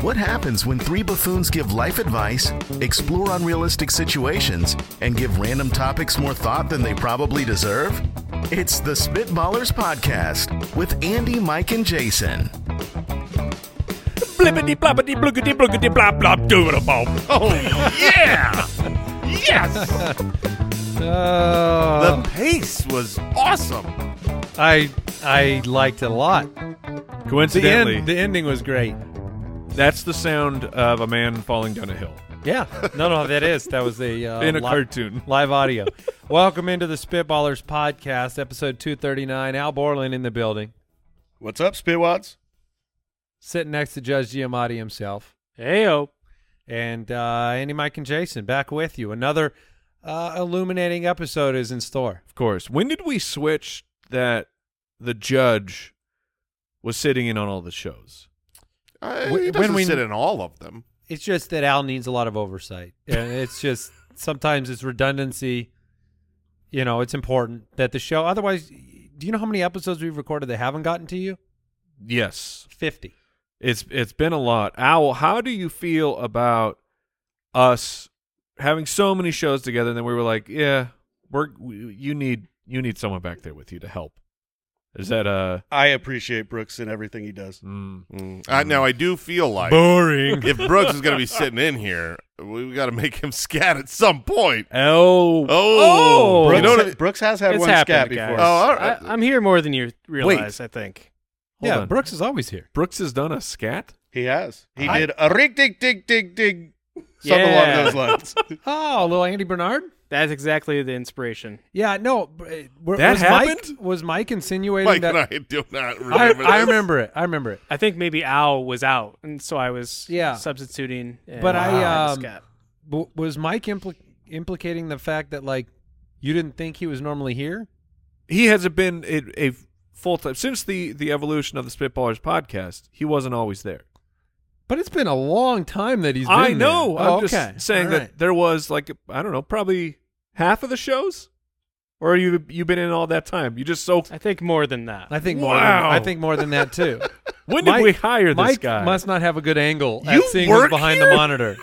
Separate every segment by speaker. Speaker 1: What happens when three buffoons give life advice, explore unrealistic situations, and give random topics more thought than they probably deserve? It's the Spitballers Podcast with Andy, Mike, and Jason.
Speaker 2: Blippity bloppity bloogity bloogity blop blop doodle bob. Oh yeah! yes!
Speaker 3: Uh,
Speaker 2: the pace was awesome.
Speaker 3: I I liked it a lot. The
Speaker 4: Coincidentally,
Speaker 3: end, the ending was great.
Speaker 4: that's the sound of a man falling down a hill
Speaker 3: Yeah, no, no, that is that was the uh,
Speaker 4: in a
Speaker 3: li-
Speaker 4: cartoon.
Speaker 3: live audio. Welcome into the Spitballers podcast, episode two thirty nine. Al Borland in the building,
Speaker 5: What's up, Spitwats?
Speaker 3: sitting next to Judge Giamatti himself,
Speaker 2: Heyo.
Speaker 3: and uh, Andy, Mike, and Jason back with you. Another uh, illuminating episode is in store.
Speaker 4: Of course. When did we switch that the judge was sitting in on all the shows?
Speaker 3: Wh-
Speaker 5: Uh, he
Speaker 3: when
Speaker 5: doesn't
Speaker 3: we-
Speaker 5: sit in all of them.
Speaker 3: It's just that Al needs a lot of oversight. And it's just sometimes it's redundancy. You know, it's important that the show. Otherwise, do you know how many episodes we've recorded that haven't gotten to you?
Speaker 4: Yes.
Speaker 3: 50.
Speaker 4: It's it's been a lot. Owl, how do you feel about us having so many shows together and then we were like, yeah, we're we, you need you need someone back there with you to help. Is that uh
Speaker 5: I appreciate Brooks and everything he does.
Speaker 4: mm,
Speaker 6: I, now I do feel like
Speaker 4: boring?
Speaker 6: if Brooks is going to be sitting in here, we got to make him scat at some point.
Speaker 4: oh.
Speaker 6: Oh,
Speaker 4: Oh.
Speaker 5: Brooks,
Speaker 6: you know what?
Speaker 5: Brooks has had
Speaker 2: It's
Speaker 5: one scat
Speaker 2: happened,
Speaker 5: before.
Speaker 2: guys.
Speaker 6: Oh, all right.
Speaker 2: I, I'm here more than you realize, I think.
Speaker 4: Hold
Speaker 3: yeah,
Speaker 4: on.
Speaker 3: Brooks is always here.
Speaker 4: Brooks has done a scat?
Speaker 5: He has. He
Speaker 4: I-
Speaker 5: did a rig, dig, dig, dig, dig. Something
Speaker 2: Yeah.
Speaker 5: along those lines.
Speaker 3: Oh, little Andy Bernard?
Speaker 2: That's exactly the inspiration.
Speaker 3: Yeah, no. br- uh, were-
Speaker 4: That
Speaker 3: was
Speaker 4: happened?
Speaker 3: Mike, was Mike insinuating
Speaker 6: Mike
Speaker 3: that?
Speaker 6: and I do not remember.
Speaker 3: I, I
Speaker 6: this.
Speaker 3: remember it. I remember it.
Speaker 2: I think maybe Al was out, and so I was
Speaker 3: Yeah.
Speaker 2: substituting. And
Speaker 3: But I,
Speaker 2: had
Speaker 3: um,
Speaker 2: the scat.
Speaker 3: But was Mike impli- implicating the fact that, like, you didn't think he was normally here?
Speaker 4: he hasn't been a, a full time since the the evolution of the Spitballers podcast. He wasn't always there.
Speaker 3: But it's been a long time that he's been
Speaker 4: I
Speaker 3: there.
Speaker 4: know.
Speaker 3: Oh,
Speaker 4: I'm
Speaker 3: okay.
Speaker 4: just saying
Speaker 3: All right.
Speaker 4: that there was like I don't know, probably half of the shows, or you you've been in all that time. You just so
Speaker 2: I think more than that.
Speaker 3: I think more. Than, I
Speaker 4: Wow.
Speaker 3: think more than that too.
Speaker 4: when did
Speaker 3: Mike-
Speaker 4: we hire this
Speaker 3: Mike
Speaker 4: guy?
Speaker 3: must not have a good angle at
Speaker 6: You
Speaker 3: seeing who's
Speaker 6: work
Speaker 3: behind the
Speaker 6: here?
Speaker 3: monitor.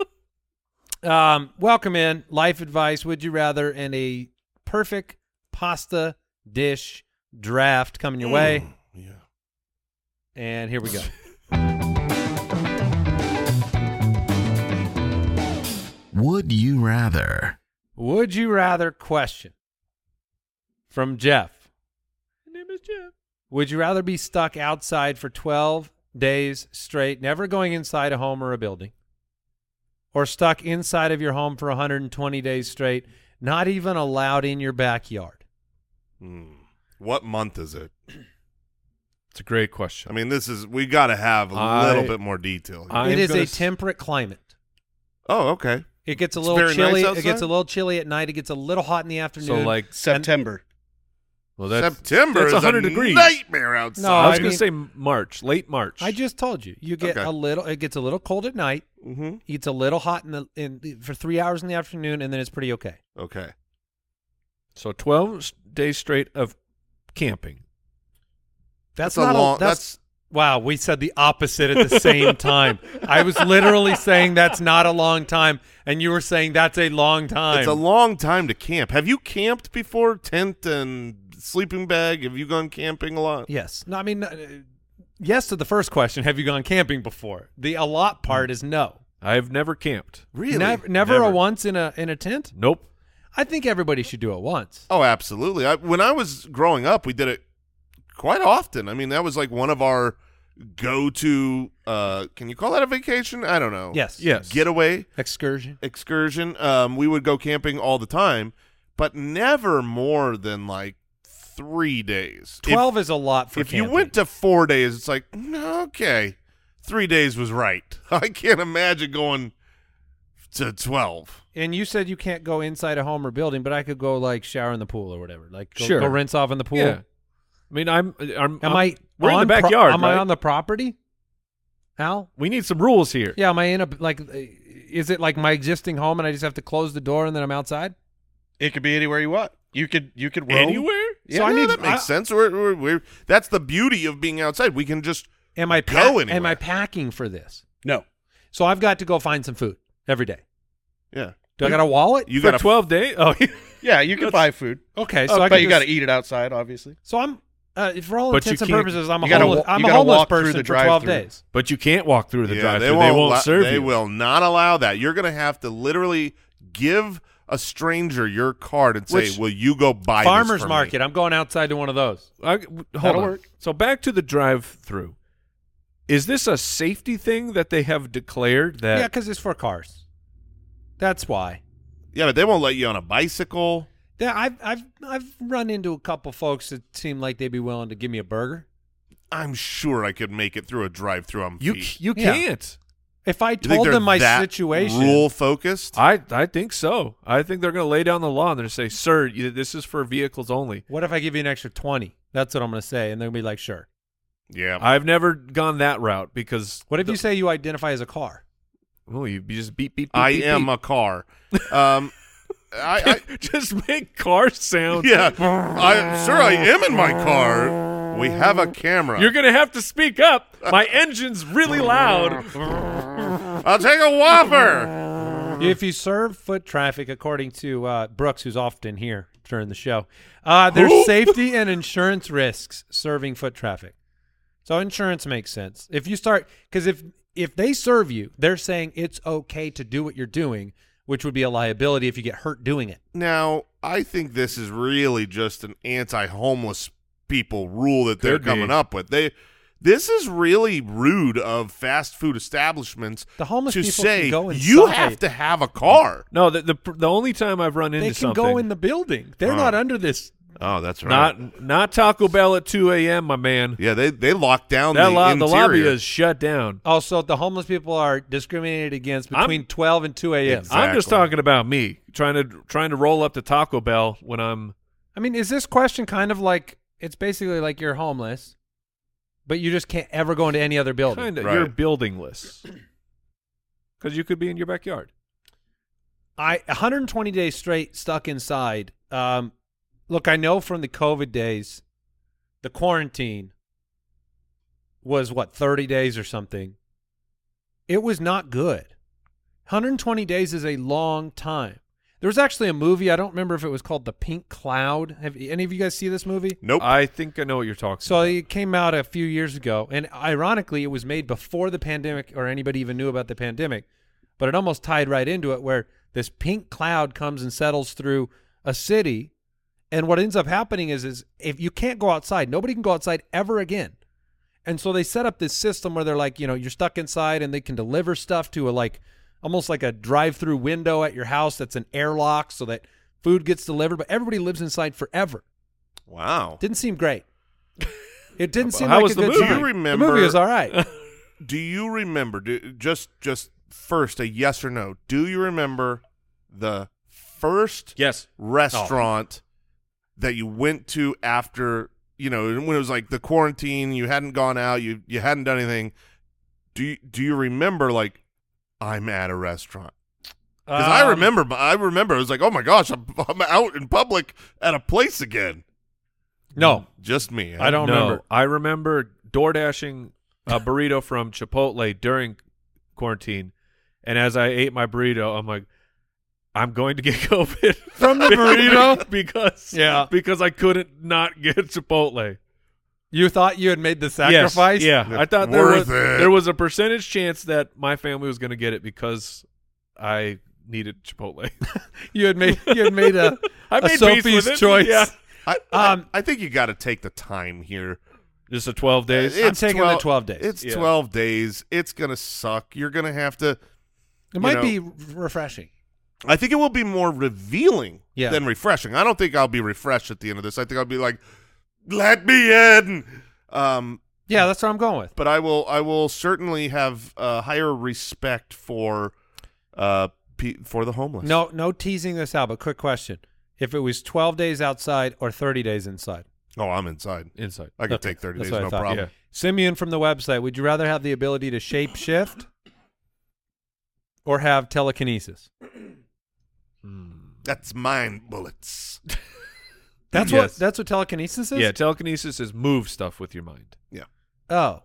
Speaker 3: um, welcome in life advice. Would you rather and a perfect pasta dish draft coming your way?
Speaker 4: Mm,
Speaker 6: Yeah.
Speaker 3: And here we go.
Speaker 1: Would you rather?
Speaker 3: Would you rather question from Jeff?
Speaker 4: My name is Jeff.
Speaker 3: Would you rather be stuck outside for 12 days straight, never going inside a home or a building, or stuck inside of your home for 120 days straight, not even allowed in your backyard?
Speaker 6: Hmm. What month is it?
Speaker 4: It's a great question.
Speaker 6: I mean, this is we got to have a
Speaker 4: I-
Speaker 6: little bit more detail. here.
Speaker 4: I'm
Speaker 3: it is
Speaker 4: gonna
Speaker 3: a
Speaker 4: s-
Speaker 3: temperate climate.
Speaker 6: oh, okay.
Speaker 3: It gets a
Speaker 6: It's
Speaker 3: little
Speaker 6: very nice
Speaker 3: chilly. it
Speaker 6: outside?
Speaker 3: gets a little chilly at night. It gets a little hot in the
Speaker 4: so
Speaker 3: afternoon.
Speaker 4: like
Speaker 5: September.
Speaker 4: well that's
Speaker 6: September
Speaker 4: that's
Speaker 6: is
Speaker 4: 100
Speaker 6: a
Speaker 4: degrees.
Speaker 6: nightmare outside.
Speaker 3: No,
Speaker 4: I was
Speaker 3: Oh, I
Speaker 4: gonna
Speaker 3: mean-
Speaker 4: say March, late March.
Speaker 3: I just told you, you get
Speaker 6: Okay.
Speaker 3: a little. It gets a little cold at night.
Speaker 6: hmm
Speaker 3: It's a little hot in the in for three hours in the afternoon, and then it's pretty okay.
Speaker 6: Okay.
Speaker 4: so twelve s- days straight of camping.
Speaker 3: That's,
Speaker 6: That's a
Speaker 3: not
Speaker 6: long-
Speaker 3: that's, wow. We said the opposite at the same time. I was literally saying that's not a long time, and you were saying that's a long time.
Speaker 6: It's a long time to camp. Have you camped before? Tent and sleeping bag. Have you gone camping a lot?
Speaker 3: yes. No, I mean, uh, yes to the first question. Have you gone camping before? The a lot part is no.
Speaker 4: I've never camped.
Speaker 6: Really?
Speaker 3: Never, never, a
Speaker 4: Never.
Speaker 3: once in a in a tent.
Speaker 4: Nope.
Speaker 3: I think everybody should do it once.
Speaker 6: Oh, absolutely. I, when I was growing up, we did it quite often. I mean, that was like one of our go-to. Uh, can you call that a vacation? I don't know.
Speaker 3: Yes.
Speaker 4: Yes.
Speaker 6: Getaway
Speaker 3: Excursion.
Speaker 6: excursion. Um, we would go camping all the time, but never more than like three days. If-
Speaker 3: 12 is a lot for
Speaker 6: if you
Speaker 3: camping.
Speaker 6: went to four days, it's like "Mm, okay, three days was right. I can't imagine going to twelve.
Speaker 3: and you said you can't go inside a home or building, but I could go like shower in the pool or whatever. Like go,
Speaker 4: Sure.
Speaker 3: go rinse off in the pool.
Speaker 4: Yeah. I mean, I'm. I'm
Speaker 3: Am I?
Speaker 4: We're in the
Speaker 3: on pro-
Speaker 4: backyard.
Speaker 3: am I
Speaker 4: right?
Speaker 3: on the property? Al?
Speaker 4: We need some rules here.
Speaker 3: Yeah, am I in a like? uh, Is it like my existing home, and I just have to close the door and then I'm outside?
Speaker 5: It could be anywhere you want. You could you could roam.
Speaker 4: Anywhere?
Speaker 5: Yeah,
Speaker 6: so I
Speaker 5: no,
Speaker 6: need
Speaker 5: that
Speaker 6: that makes sense. We're, we're, we're, that's the beauty of being outside. We can just
Speaker 3: Am I
Speaker 6: Go anywhere.
Speaker 3: Am I packing for this?
Speaker 5: No.
Speaker 3: So I've got to go find some food every day.
Speaker 6: yeah.
Speaker 3: Do I got a wallet?
Speaker 6: You
Speaker 4: For
Speaker 6: got
Speaker 4: twelve days? Oh, yeah.
Speaker 5: Yeah, you can
Speaker 4: That's-
Speaker 5: buy food, Uh,
Speaker 3: okay, so I
Speaker 5: but
Speaker 3: can
Speaker 5: you
Speaker 3: just-
Speaker 5: got to eat it outside, obviously.
Speaker 3: So I'm, uh, for all
Speaker 4: But
Speaker 3: intents
Speaker 4: you
Speaker 3: and
Speaker 4: can't-
Speaker 3: purposes, I'm a
Speaker 5: you gotta
Speaker 3: homeless.
Speaker 5: wa-
Speaker 3: I'm
Speaker 5: you
Speaker 3: a
Speaker 5: gotta
Speaker 3: homeless
Speaker 5: walk through
Speaker 3: person
Speaker 5: the
Speaker 3: for twelve
Speaker 5: drive-thru.
Speaker 3: days.
Speaker 4: but you can't walk through the
Speaker 6: yeah,
Speaker 4: drive-through. They
Speaker 6: won't,
Speaker 4: won't,
Speaker 6: allo-
Speaker 4: serve
Speaker 6: They
Speaker 4: you.
Speaker 6: will not allow that. You're going to have to literally give a stranger your card and say,
Speaker 4: Which-
Speaker 6: "Will you go buy this
Speaker 3: Farmers
Speaker 6: for me?"
Speaker 3: market. I'm going outside to one of those.
Speaker 4: I, w- hold
Speaker 5: That'll
Speaker 4: on.
Speaker 5: work.
Speaker 4: So back to the drive-through. Is this a safety thing that they have declared that?
Speaker 3: yeah, because it's for cars. That's why.
Speaker 6: Yeah, but they won't let you on a bicycle.
Speaker 3: Yeah, I've I've I've run into a couple folks that seem like they'd be willing to give me a burger
Speaker 6: I'm sure I could make it through a drive-through on
Speaker 4: you
Speaker 6: feet.
Speaker 4: c- you
Speaker 3: Yeah.
Speaker 4: can't.
Speaker 3: if I
Speaker 6: You think
Speaker 3: told
Speaker 6: they're
Speaker 3: them my
Speaker 6: that
Speaker 3: situation.
Speaker 6: Rule focused.
Speaker 4: I I think so. I think they're going to lay down the law and they're going to say, "Sir, you, this is for vehicles only."
Speaker 3: What if I give you an extra 20? That's what I'm going to say. And they'll be like, sure.
Speaker 6: yeah.
Speaker 4: I've never gone that route because
Speaker 3: What if
Speaker 4: the-
Speaker 3: you say you identify as a car?
Speaker 4: Oh, you, you just beep beep. beep
Speaker 6: I
Speaker 4: beep,
Speaker 6: am
Speaker 4: beep.
Speaker 6: a car. Um, I,
Speaker 4: just make car
Speaker 6: I
Speaker 4: sounds.
Speaker 6: yeah, I, sir, I am in my car. We have a camera.
Speaker 4: You're gonna have to speak up. My engine's really loud.
Speaker 6: I'll take a whopper.
Speaker 4: Mm.
Speaker 3: If you serve foot traffic, according to uh, Brooks, who's often here during the show, uh, there's safety and insurance risks serving foot traffic. So insurance makes sense. If you start, because if if they serve you, they're saying it's okay to do what you're doing, which would be a liability if you get hurt doing it.
Speaker 6: Now, I think this is really just an anti-homeless people rule that they're
Speaker 4: Could be.
Speaker 6: coming up with. They, this is really rude of fast food establishments
Speaker 3: The homeless
Speaker 6: to
Speaker 3: people can
Speaker 6: say
Speaker 3: go
Speaker 6: you
Speaker 3: inside."
Speaker 6: have to have a car.
Speaker 4: No, the, the the only time I've run into
Speaker 3: They can
Speaker 4: something.
Speaker 3: go in the building. They're
Speaker 6: Oh.
Speaker 3: not under this.
Speaker 6: Oh, that's
Speaker 4: not not Taco Bell at 2 a.m. My man.
Speaker 6: yeah, they they lock down
Speaker 4: That
Speaker 6: the
Speaker 4: lo- the
Speaker 6: interior.
Speaker 4: lobby is shut down.
Speaker 3: Also, the homeless people are discriminated against
Speaker 4: I'm-
Speaker 3: between 12 and 2 a.m.
Speaker 4: I'm just
Speaker 6: Exactly.
Speaker 4: talking about me trying to trying to roll up to Taco Bell when I'm.
Speaker 3: I mean, is this question kind of like it's basically like you're homeless, but you just can't ever go into any other building?
Speaker 4: Kind of,
Speaker 6: Right.
Speaker 4: you're buildingless because you could be in your backyard.
Speaker 3: I 120 days straight stuck inside. Um, look, I know from the COVID days, the quarantine was what 30 days or something. It was not good. 120 days is a long time. There was actually a movie. I don't remember if it was called The Pink Cloud. Have any of you guys see this movie?
Speaker 6: Nope.
Speaker 4: I think I know what you're talking.
Speaker 3: So
Speaker 4: about.
Speaker 3: it came out a few years ago, and ironically, it was made before the pandemic or anybody even knew about the pandemic. But it almost tied right into it, where this pink cloud comes and settles through a city, and what ends up happening is, is if you can't go outside, nobody can go outside ever again. And so they set up this system where they're like, you know, you're stuck inside, and they can deliver stuff to a like, almost like a drive-through window at your house that's an airlock, so that food gets delivered. But everybody lives inside forever.
Speaker 6: wow.
Speaker 3: Didn't seem great. It didn't seem
Speaker 4: How
Speaker 3: like
Speaker 4: was
Speaker 3: a
Speaker 4: the
Speaker 3: good
Speaker 4: movie?
Speaker 3: time.
Speaker 4: Do
Speaker 6: you
Speaker 3: The
Speaker 6: remember-
Speaker 3: movie is all right.
Speaker 6: Do you remember? Do, just just first a yes or no. Do you remember the first
Speaker 4: yes,
Speaker 6: restaurant that you went to after you know when it was like the quarantine? You hadn't gone out. You you hadn't done anything. Do you, do you remember like I'm at a restaurant?
Speaker 4: Uh,
Speaker 6: Because I
Speaker 3: Um,
Speaker 6: remember, I remember it was like, oh my gosh, I'm, I'm out in public at a place again.
Speaker 3: No,
Speaker 6: Just me.
Speaker 3: I don't
Speaker 4: No,
Speaker 3: remember.
Speaker 4: I remember door dashing a burrito from Chipotle during quarantine, and as I ate my burrito, I'm like, I'm going to get COVID
Speaker 3: From the burrito?
Speaker 4: because
Speaker 3: Yeah.
Speaker 4: because I couldn't not get Chipotle.
Speaker 3: You thought you had made the sacrifice.
Speaker 4: Yes, yeah, I thought there was
Speaker 6: Worth it.
Speaker 4: there was a percentage chance that my family was going to get it because I needed Chipotle.
Speaker 3: You had made you had made a,
Speaker 4: I
Speaker 3: a
Speaker 4: made peace
Speaker 3: Sophie's
Speaker 4: with it,
Speaker 3: choice.
Speaker 4: yeah.
Speaker 6: I, I-
Speaker 3: Um,
Speaker 6: I think you got to take the time here.
Speaker 4: Just a 12 days.
Speaker 6: It's
Speaker 3: taking the 12 days.
Speaker 6: It's
Speaker 4: Yeah.
Speaker 6: 12 days. It's going to suck. You're going to have to.
Speaker 3: It might
Speaker 6: know-
Speaker 3: be r- refreshing.
Speaker 6: I think it will be more revealing
Speaker 3: Yeah.
Speaker 6: than refreshing. I don't think I'll be refreshed at the end of this. I think I'll be like, let me in. Um,
Speaker 3: Yeah, that's what I'm going with.
Speaker 6: but I will I will certainly have uh, higher respect for uh pe- for the homeless.
Speaker 3: No, no teasing this out. But quick question: If it was 12 days outside or 30 days inside,
Speaker 6: oh, I'm inside.
Speaker 4: Inside.
Speaker 6: I could
Speaker 3: Okay,
Speaker 6: take thirty
Speaker 3: that's
Speaker 6: days,
Speaker 3: what I
Speaker 6: no
Speaker 3: thought.
Speaker 6: problem.
Speaker 4: Yeah.
Speaker 3: Simeon from the website, would you rather have the ability to shape shift or have telekinesis?
Speaker 6: That's mine, bullets.
Speaker 3: That's
Speaker 4: Yes.
Speaker 3: what that's what telekinesis is.
Speaker 4: Yeah, telekinesis is move stuff with your mind.
Speaker 3: Oh.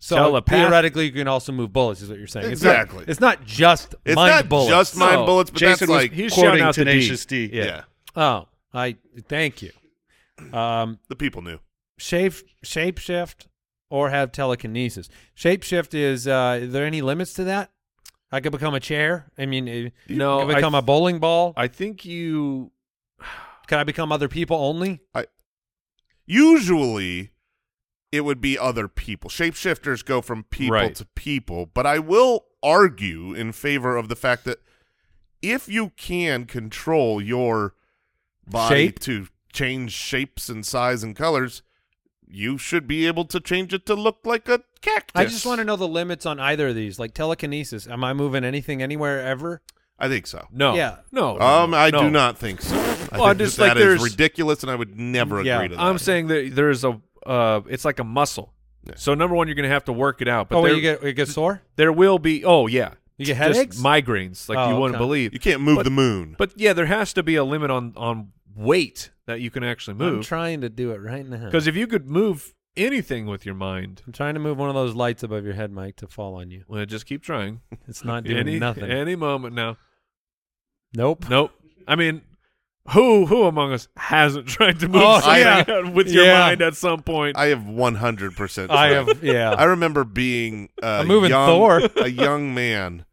Speaker 3: So
Speaker 4: Telepath-
Speaker 3: theoretically, you can also move bullets. Is what you're saying? It's not-
Speaker 6: Exactly.
Speaker 3: It's not, just
Speaker 6: It's
Speaker 3: mind
Speaker 6: not
Speaker 3: bullets.
Speaker 6: just mind
Speaker 4: No,
Speaker 6: bullets, but
Speaker 5: Jason
Speaker 6: that's
Speaker 5: was-
Speaker 6: like
Speaker 4: Oh, He's
Speaker 5: Quoting
Speaker 4: shouting out the
Speaker 5: Tenacious
Speaker 4: D.
Speaker 5: D.
Speaker 4: Yeah.
Speaker 6: yeah,
Speaker 3: oh, I thank you. Um,
Speaker 6: the people knew.
Speaker 3: shape shapeshift or have telekinesis. Shapeshift is uh are there any limits to that? I could become a chair. I mean, eh,
Speaker 4: No,
Speaker 3: could I
Speaker 4: I
Speaker 3: become a
Speaker 4: th-
Speaker 3: bowling ball.
Speaker 4: I think you.
Speaker 3: Can I become other people only?
Speaker 6: Usually, it would be other people. Shapeshifters go from people
Speaker 4: Right.
Speaker 6: to people, but I will argue in favor of the fact that if you can control your body
Speaker 3: Shape?
Speaker 6: to change shapes and size and colors, you should be able to change it to look like a cactus.
Speaker 3: I just want to know the limits on either of these. Like telekinesis, am I moving anything anywhere ever?
Speaker 6: I think so.
Speaker 4: No.
Speaker 3: Yeah.
Speaker 4: No.
Speaker 6: Um,
Speaker 4: no,
Speaker 6: I
Speaker 4: no.
Speaker 6: do not think so. I
Speaker 4: Well,
Speaker 6: think
Speaker 4: just
Speaker 6: that
Speaker 4: like
Speaker 6: that is
Speaker 4: there's-
Speaker 6: ridiculous, and I would never
Speaker 3: Yeah,
Speaker 6: agree to that.
Speaker 4: I'm saying that there's a. Uh, it's like a muscle.
Speaker 6: Yeah.
Speaker 4: So number one, you're gonna have to work it out. But
Speaker 3: oh, wait,
Speaker 4: there,
Speaker 3: you get you get sore?
Speaker 4: there will be. Oh yeah.
Speaker 3: You get
Speaker 4: Just
Speaker 3: headaches?
Speaker 4: migraines, like
Speaker 3: Oh,
Speaker 4: you wouldn't
Speaker 3: okay.
Speaker 4: believe.
Speaker 6: you can't move
Speaker 4: But-
Speaker 6: the moon.
Speaker 4: But yeah, there has to be a limit on on weight that you can actually
Speaker 3: I'm
Speaker 4: move.
Speaker 3: trying to do it right now.
Speaker 4: Because if you could move anything with your mind,
Speaker 3: I'm trying to move one of those lights above your head, Mike, to fall on you.
Speaker 4: well, just keep trying.
Speaker 3: It's not doing
Speaker 4: any,
Speaker 3: nothing.
Speaker 4: Any moment now.
Speaker 3: nope.
Speaker 4: Nope. I mean, who who among us hasn't tried to move
Speaker 3: Oh,
Speaker 4: something
Speaker 3: yeah.
Speaker 4: with your
Speaker 3: Yeah.
Speaker 4: mind at some point?
Speaker 6: I have 100. percent
Speaker 3: I have yeah.
Speaker 6: I remember being uh,
Speaker 3: I'm moving
Speaker 6: young,
Speaker 3: Thor.
Speaker 6: a young man,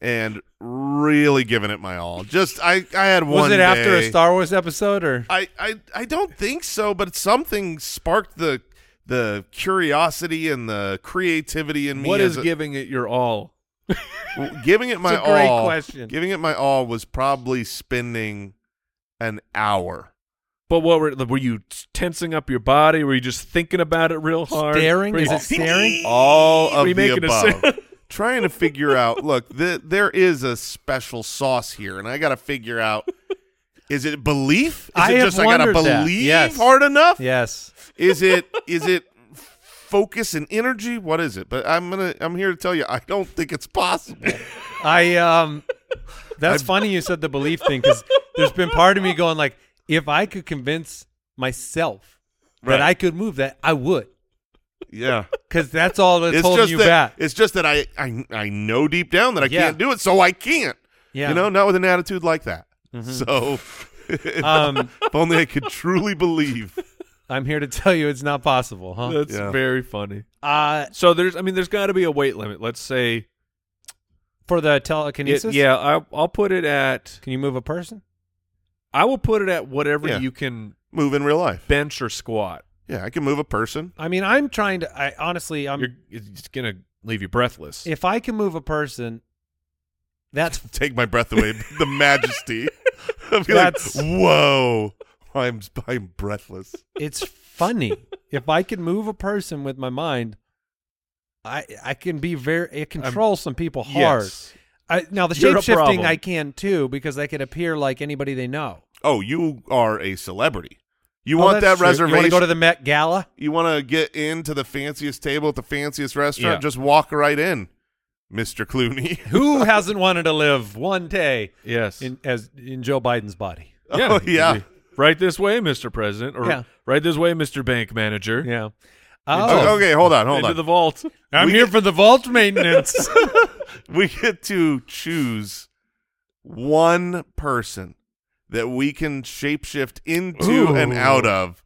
Speaker 6: and really giving it my all. Just I, I had one.
Speaker 3: Was it after a
Speaker 6: day-
Speaker 3: Star Wars episode or
Speaker 6: I, I, I don't think so, but something sparked the the curiosity and the creativity in me.
Speaker 4: what
Speaker 6: as
Speaker 4: is
Speaker 6: a-
Speaker 4: giving it your all?
Speaker 6: Well, giving it my
Speaker 3: a great
Speaker 6: all
Speaker 3: question.
Speaker 6: giving it my all was probably spending an hour
Speaker 4: But what were were you tensing up your body? Were you just thinking about it real hard?
Speaker 3: staring?
Speaker 4: Were you-
Speaker 3: Is it staring?
Speaker 6: all
Speaker 4: Were
Speaker 6: of
Speaker 4: you
Speaker 6: the
Speaker 4: making a sound?
Speaker 6: above trying to figure out look the, there is a special sauce here and i gotta figure out is it belief is
Speaker 3: I
Speaker 6: it
Speaker 3: have
Speaker 6: just i gotta
Speaker 3: wondered that.
Speaker 6: believe
Speaker 3: Yes.
Speaker 6: hard enough
Speaker 3: Yes.
Speaker 6: is it is it focus and energy what is it but i'm gonna i'm here to tell you i don't think it's possible
Speaker 3: I um that's funny you said the belief thing cuz there's been part of me going like if I could convince myself
Speaker 6: Right.
Speaker 3: that I could move that I would
Speaker 6: yeah
Speaker 3: cuz that's all that's
Speaker 6: it's
Speaker 3: holding
Speaker 6: just
Speaker 3: you
Speaker 6: that
Speaker 3: back.
Speaker 6: it's just that i i, I know deep down that i
Speaker 3: Yeah.
Speaker 6: can't do it so i can't
Speaker 3: Yeah. Mm-hmm.
Speaker 6: you know not with an attitude like that so if,
Speaker 3: Um
Speaker 6: if only i could truly believe
Speaker 3: I'm here to tell you it's not possible, huh?
Speaker 4: That's
Speaker 6: Yeah.
Speaker 4: very funny.
Speaker 3: Uh
Speaker 4: So there's, I mean, there's got to be a weight limit. Let's say,
Speaker 3: for the
Speaker 4: it,
Speaker 3: telekinesis?
Speaker 4: yeah, I, I'll put it at,
Speaker 3: Can you move a person?
Speaker 4: I will put it at whatever
Speaker 6: Yeah.
Speaker 4: you can
Speaker 6: move in real life
Speaker 4: bench or squat.
Speaker 6: Yeah, I can move a person.
Speaker 3: I mean, I'm trying to I honestly I'm
Speaker 4: You're, it's gonna leave you breathless.
Speaker 3: if I can move a person that's
Speaker 6: Take my breath away. the majesty. I'll be
Speaker 3: That's-
Speaker 6: like, whoa. I'm I'm breathless.
Speaker 3: it's funny. if I can move a person with my mind, I I can be very it
Speaker 6: Um,
Speaker 3: control some people hard.
Speaker 4: Yes.
Speaker 3: I, now the
Speaker 4: You're a
Speaker 3: shape shifting
Speaker 4: problem.
Speaker 3: I can too because I can appear like anybody they know.
Speaker 6: Oh, you are a celebrity. You
Speaker 3: Oh,
Speaker 6: want that
Speaker 3: that's true. You
Speaker 6: reservation?
Speaker 3: want to go to the Met Gala?
Speaker 6: You want to get into the fanciest table at the fanciest restaurant?
Speaker 4: Yeah.
Speaker 6: Just walk right in, Mr. Clooney.
Speaker 3: Who hasn't wanted to live one day
Speaker 4: Yes.
Speaker 3: in as in Joe Biden's body?
Speaker 4: Yeah.
Speaker 6: Oh, yeah.
Speaker 4: right this way, Mr. President, or
Speaker 3: Yeah.
Speaker 4: right this way, Mr. Bank Manager.
Speaker 3: Yeah.
Speaker 6: Okay,
Speaker 3: Oh,
Speaker 6: okay, hold on, hold
Speaker 4: Into
Speaker 6: on.
Speaker 4: the vault.
Speaker 6: Oh.
Speaker 3: I'm here for the vault maintenance.
Speaker 6: we get to choose one person that we can shapeshift into and
Speaker 4: Ooh.
Speaker 6: out of.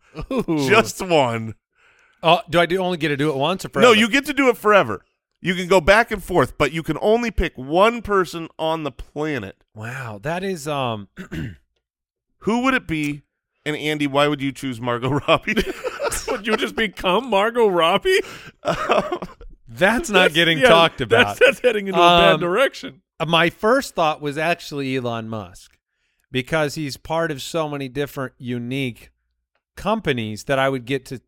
Speaker 6: Just one.
Speaker 3: oh, do I do only get to do it once or forever?
Speaker 6: No, you get to do it forever. You can go back and forth, but you can only pick one person on the planet.
Speaker 3: Wow, that is um.
Speaker 6: Who would it be? And Andy, why would you choose Margot Robbie?
Speaker 4: Would you just become Margot Robbie?
Speaker 6: Um,
Speaker 3: That's not getting
Speaker 4: Yeah,
Speaker 3: talked about.
Speaker 4: That's, that's heading into a bad
Speaker 3: Um,
Speaker 4: direction.
Speaker 3: Uh, my first thought was actually Elon Musk because he's part of so many different unique companies that I would get to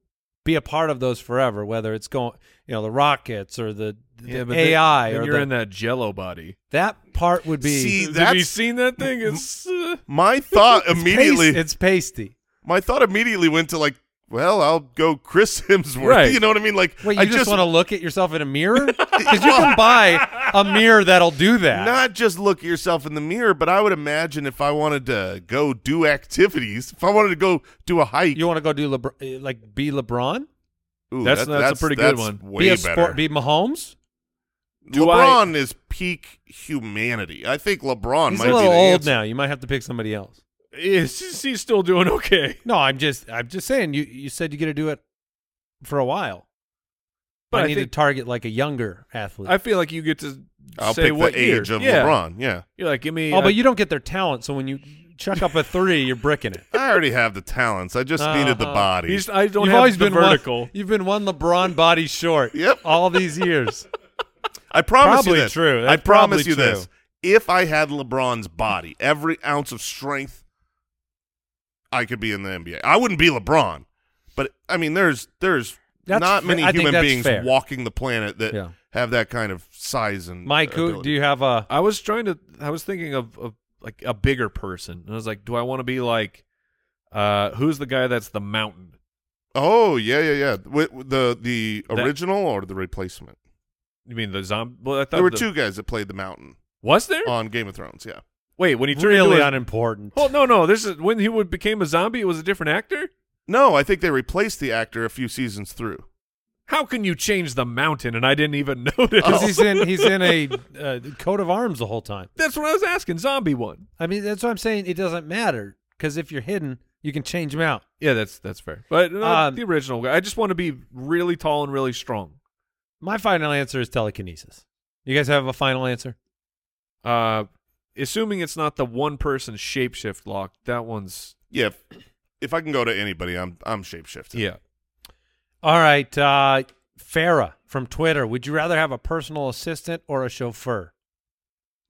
Speaker 3: be a part of those forever, whether it's going, you know, the rockets or the, the
Speaker 4: Yeah, but then-
Speaker 3: AI
Speaker 4: then
Speaker 3: or
Speaker 4: you're
Speaker 3: the-
Speaker 4: in that Jello body.
Speaker 3: that part would be
Speaker 6: See,
Speaker 3: it's
Speaker 4: Have you
Speaker 6: that's-
Speaker 4: seen that thing? It's uh,
Speaker 6: My thought
Speaker 3: pas-
Speaker 6: immediately
Speaker 3: It's pasty.
Speaker 6: my thought immediately went to like, well, I'll go Chris Hemsworth.
Speaker 4: Right.
Speaker 6: You know what I mean? Like,
Speaker 3: Wait, you
Speaker 6: I
Speaker 3: just, want to look at yourself in a mirror? Because you can buy a mirror that'll do that.
Speaker 6: not just look at yourself in the mirror, but I would imagine if I wanted to go do activities, if I wanted to go do a hike,
Speaker 3: you want to go do Lebr- uh, like be LeBron,
Speaker 6: ooh,
Speaker 4: That's- that's a pretty good one.
Speaker 6: that's Way
Speaker 3: be a
Speaker 6: better.
Speaker 3: sport, be Mahomes.
Speaker 4: Do I-
Speaker 6: LeBron is peak humanity. I think LeBron
Speaker 3: He's a
Speaker 6: might
Speaker 3: little
Speaker 6: be the
Speaker 3: old
Speaker 6: answer.
Speaker 3: now. You might have to pick somebody else.
Speaker 4: is he's still doing okay?
Speaker 3: No, I'm just, I'm just saying. You, you said you get to do it for a while.
Speaker 4: But
Speaker 3: I,
Speaker 4: I
Speaker 3: need
Speaker 4: think-
Speaker 3: to target like a younger athlete.
Speaker 4: I feel like you get to
Speaker 6: I'll
Speaker 4: say
Speaker 6: pick
Speaker 4: what
Speaker 6: the
Speaker 4: year.
Speaker 6: age of
Speaker 4: yeah.
Speaker 6: LeBron. Yeah,
Speaker 4: You're like, give me.
Speaker 3: oh,
Speaker 4: uh,
Speaker 3: but you don't get their talent. So when you chuck up a three, you're bricking it.
Speaker 6: I already have the talents. I just needed the
Speaker 3: Uh-huh.
Speaker 6: body.
Speaker 4: he's- I don't
Speaker 3: you've
Speaker 4: have
Speaker 3: always
Speaker 4: the
Speaker 3: been
Speaker 4: vertical.
Speaker 3: One, you've been one LeBron body short.
Speaker 6: Yep.
Speaker 3: All these years.
Speaker 6: I promise
Speaker 3: Probably
Speaker 6: you this.
Speaker 3: true. That's
Speaker 6: I promise
Speaker 3: probably
Speaker 6: you
Speaker 3: true.
Speaker 6: this. If I had LeBron's body, every ounce of strength, I could be in the NBA. I wouldn't be LeBron, but I mean, there's there's
Speaker 3: That's
Speaker 6: not
Speaker 3: fa-
Speaker 6: many
Speaker 3: I think
Speaker 6: human
Speaker 3: that's
Speaker 6: beings
Speaker 3: fair.
Speaker 6: walking the planet that
Speaker 3: Yeah.
Speaker 6: have that kind of size and
Speaker 3: Mike, who,
Speaker 6: ability.
Speaker 3: do you have a?
Speaker 4: I was trying to. I was thinking of, of like a bigger person, and I was like, do I want to be like, uh, who's the guy that's the mountain?
Speaker 6: Oh yeah, yeah, yeah. Wi- the the
Speaker 4: That-
Speaker 6: original or the replacement?
Speaker 4: You mean the zombie? Well, I thought
Speaker 6: There were
Speaker 4: the- Hmm.
Speaker 6: two Oh, guys that played the mountain
Speaker 4: Was there?
Speaker 6: on Game of Thrones. Yeah,
Speaker 4: Wait, when he turned
Speaker 3: really
Speaker 4: into a,
Speaker 3: unimportant.
Speaker 4: Oh no, no. This is when he would became a zombie. It was a different actor.
Speaker 6: no, I think they replaced the actor a few seasons through.
Speaker 4: How can you change the mountain? And I didn't even notice.
Speaker 3: Because he's in he's in a uh, coat of arms the whole time.
Speaker 4: That's what I was asking. Zombie one.
Speaker 3: I mean, that's what I'm saying. It doesn't matter because if you're hidden, you can change them out.
Speaker 4: Yeah, that's that's fair. But no,
Speaker 3: Um,
Speaker 4: the original guy. I just want to be really tall and really strong.
Speaker 3: My final answer is telekinesis. You guys have a final answer?
Speaker 4: Uh, assuming it's not the one person shapeshift lock. That one's
Speaker 6: Yeah, if, if I can go to anybody, I'm I'm shapeshifting.
Speaker 4: yeah.
Speaker 3: All right, uh, Farah from Twitter. Would you rather have a personal assistant or a chauffeur?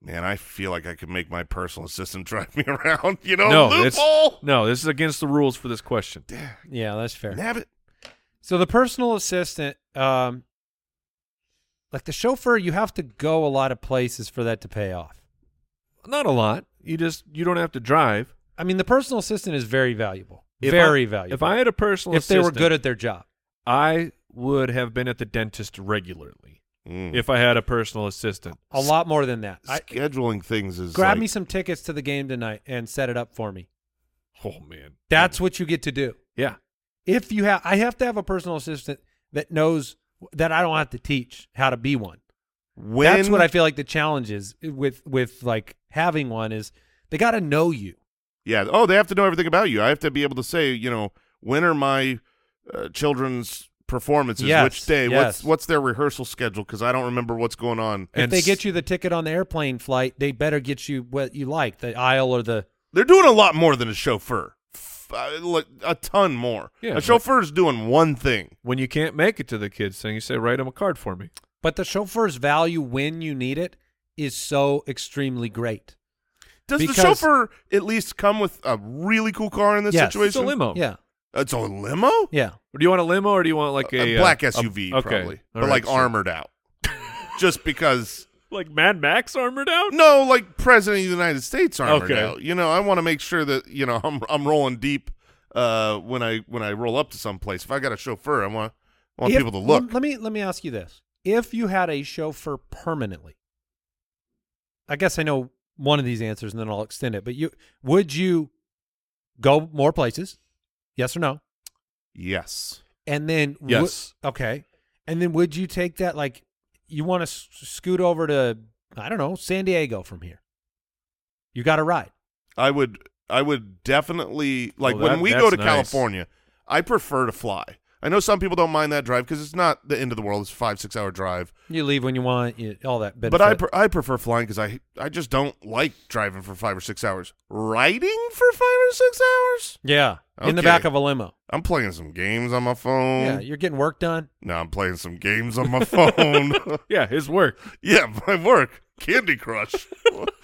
Speaker 6: Man, I feel like I could make my personal assistant drive me around. You know,
Speaker 4: no, it's-
Speaker 6: loophole.
Speaker 4: no. This is against the rules for this question.
Speaker 3: Yeah, that's fair.
Speaker 6: Nab it.
Speaker 3: So the personal assistant, um, like the chauffeur, you have to go a lot of places for that to pay off.
Speaker 4: Not a lot. You just you don't have to drive.
Speaker 3: I mean, the personal assistant is very valuable.
Speaker 4: If
Speaker 3: very
Speaker 4: I,
Speaker 3: valuable.
Speaker 4: If I had a personal,
Speaker 3: if they were
Speaker 4: assistant,
Speaker 3: good at their job.
Speaker 4: I would have been at the dentist regularly
Speaker 6: Mm.
Speaker 4: if I had a personal assistant.
Speaker 3: A lot more than that. I,
Speaker 6: Scheduling things is
Speaker 3: grab
Speaker 6: like-
Speaker 3: me some tickets to the game tonight and set it up for me.
Speaker 4: Oh man,
Speaker 3: That's what you get to do.
Speaker 4: yeah.
Speaker 3: If you have, I have to have a personal assistant that knows that I don't have to teach how to be one.
Speaker 6: When
Speaker 3: That's what I feel like the challenge is with with like having one is they got to know you.
Speaker 6: Yeah. Oh, they have to know everything about you. I have to be able to say, you know, when are my uh, children's performances?
Speaker 3: Yes,
Speaker 6: Which day?
Speaker 3: yes.
Speaker 6: What's what's their rehersal schedule? Because I don't remember what's going on.
Speaker 3: If
Speaker 4: And
Speaker 3: they
Speaker 4: s-
Speaker 3: get you the ticket on the airplane flight, they better get you what you like, the aisle or the
Speaker 6: They're doing a lot more than a chauffeur. F- uh, like, a ton more.
Speaker 4: Yeah,
Speaker 6: a
Speaker 4: but-
Speaker 6: chauffeur's doing one thing.
Speaker 4: When you can't make it to the kids thing, you say, "Write them a card for me."
Speaker 3: but the chauffeur's value when you need it is so extremely great.
Speaker 6: Does the
Speaker 3: Because-
Speaker 6: chauffeur at least come with a really cool car in this
Speaker 4: It's
Speaker 3: Yes.
Speaker 4: a
Speaker 6: situation? Uh,
Speaker 4: limo.
Speaker 3: Yeah.
Speaker 6: It's a limo.
Speaker 3: Yeah.
Speaker 4: Do you want a limo or do you want like a,
Speaker 6: a black
Speaker 4: uh, a-
Speaker 6: SUV,
Speaker 4: okay.
Speaker 6: probably,
Speaker 4: All
Speaker 6: but
Speaker 4: right,
Speaker 6: like
Speaker 4: sure.
Speaker 6: armored out. Just because,
Speaker 4: like Mad Max armored out?
Speaker 6: no, like President of the United States armored
Speaker 4: Okay.
Speaker 6: out. You know, I want to make sure that you know I'm I'm rolling deep uh, when I when I roll up to someplace. If I got a chauffeur, I want I want
Speaker 3: If-
Speaker 6: people to look.
Speaker 3: Let, let me let me ask you this: If you had a chauffeur permanently, I guess I know one of these answers, and then I'll extend it. But you would you go more places? Yes or no?
Speaker 6: yes,
Speaker 3: And then would-
Speaker 4: Yes.
Speaker 3: okay. And then would you take that like you want to s- scoot over to I don't know San Diego from here? You got to ride.
Speaker 6: I would. I would definitely like
Speaker 4: Oh,
Speaker 6: when
Speaker 4: that-
Speaker 6: we go
Speaker 4: that's
Speaker 6: to
Speaker 4: nice.
Speaker 6: California. I prefer to fly. I know some people don't mind that drive because it's not the end of the world. It's a five six hour drive.
Speaker 3: You leave when you want. You, all that. Benefit.
Speaker 6: But I pre- I prefer flying because I I just don't like driving for five or six hours. Riding for five or six hours?
Speaker 3: yeah in the
Speaker 6: Okay. Mm.
Speaker 3: back of a limo.
Speaker 6: I'm playing some games on my phone.
Speaker 3: Yeah, you're getting work done.
Speaker 6: no, I'm playing some games on my phone.
Speaker 4: Yeah, his work.
Speaker 6: yeah, my work, Candy Crush. what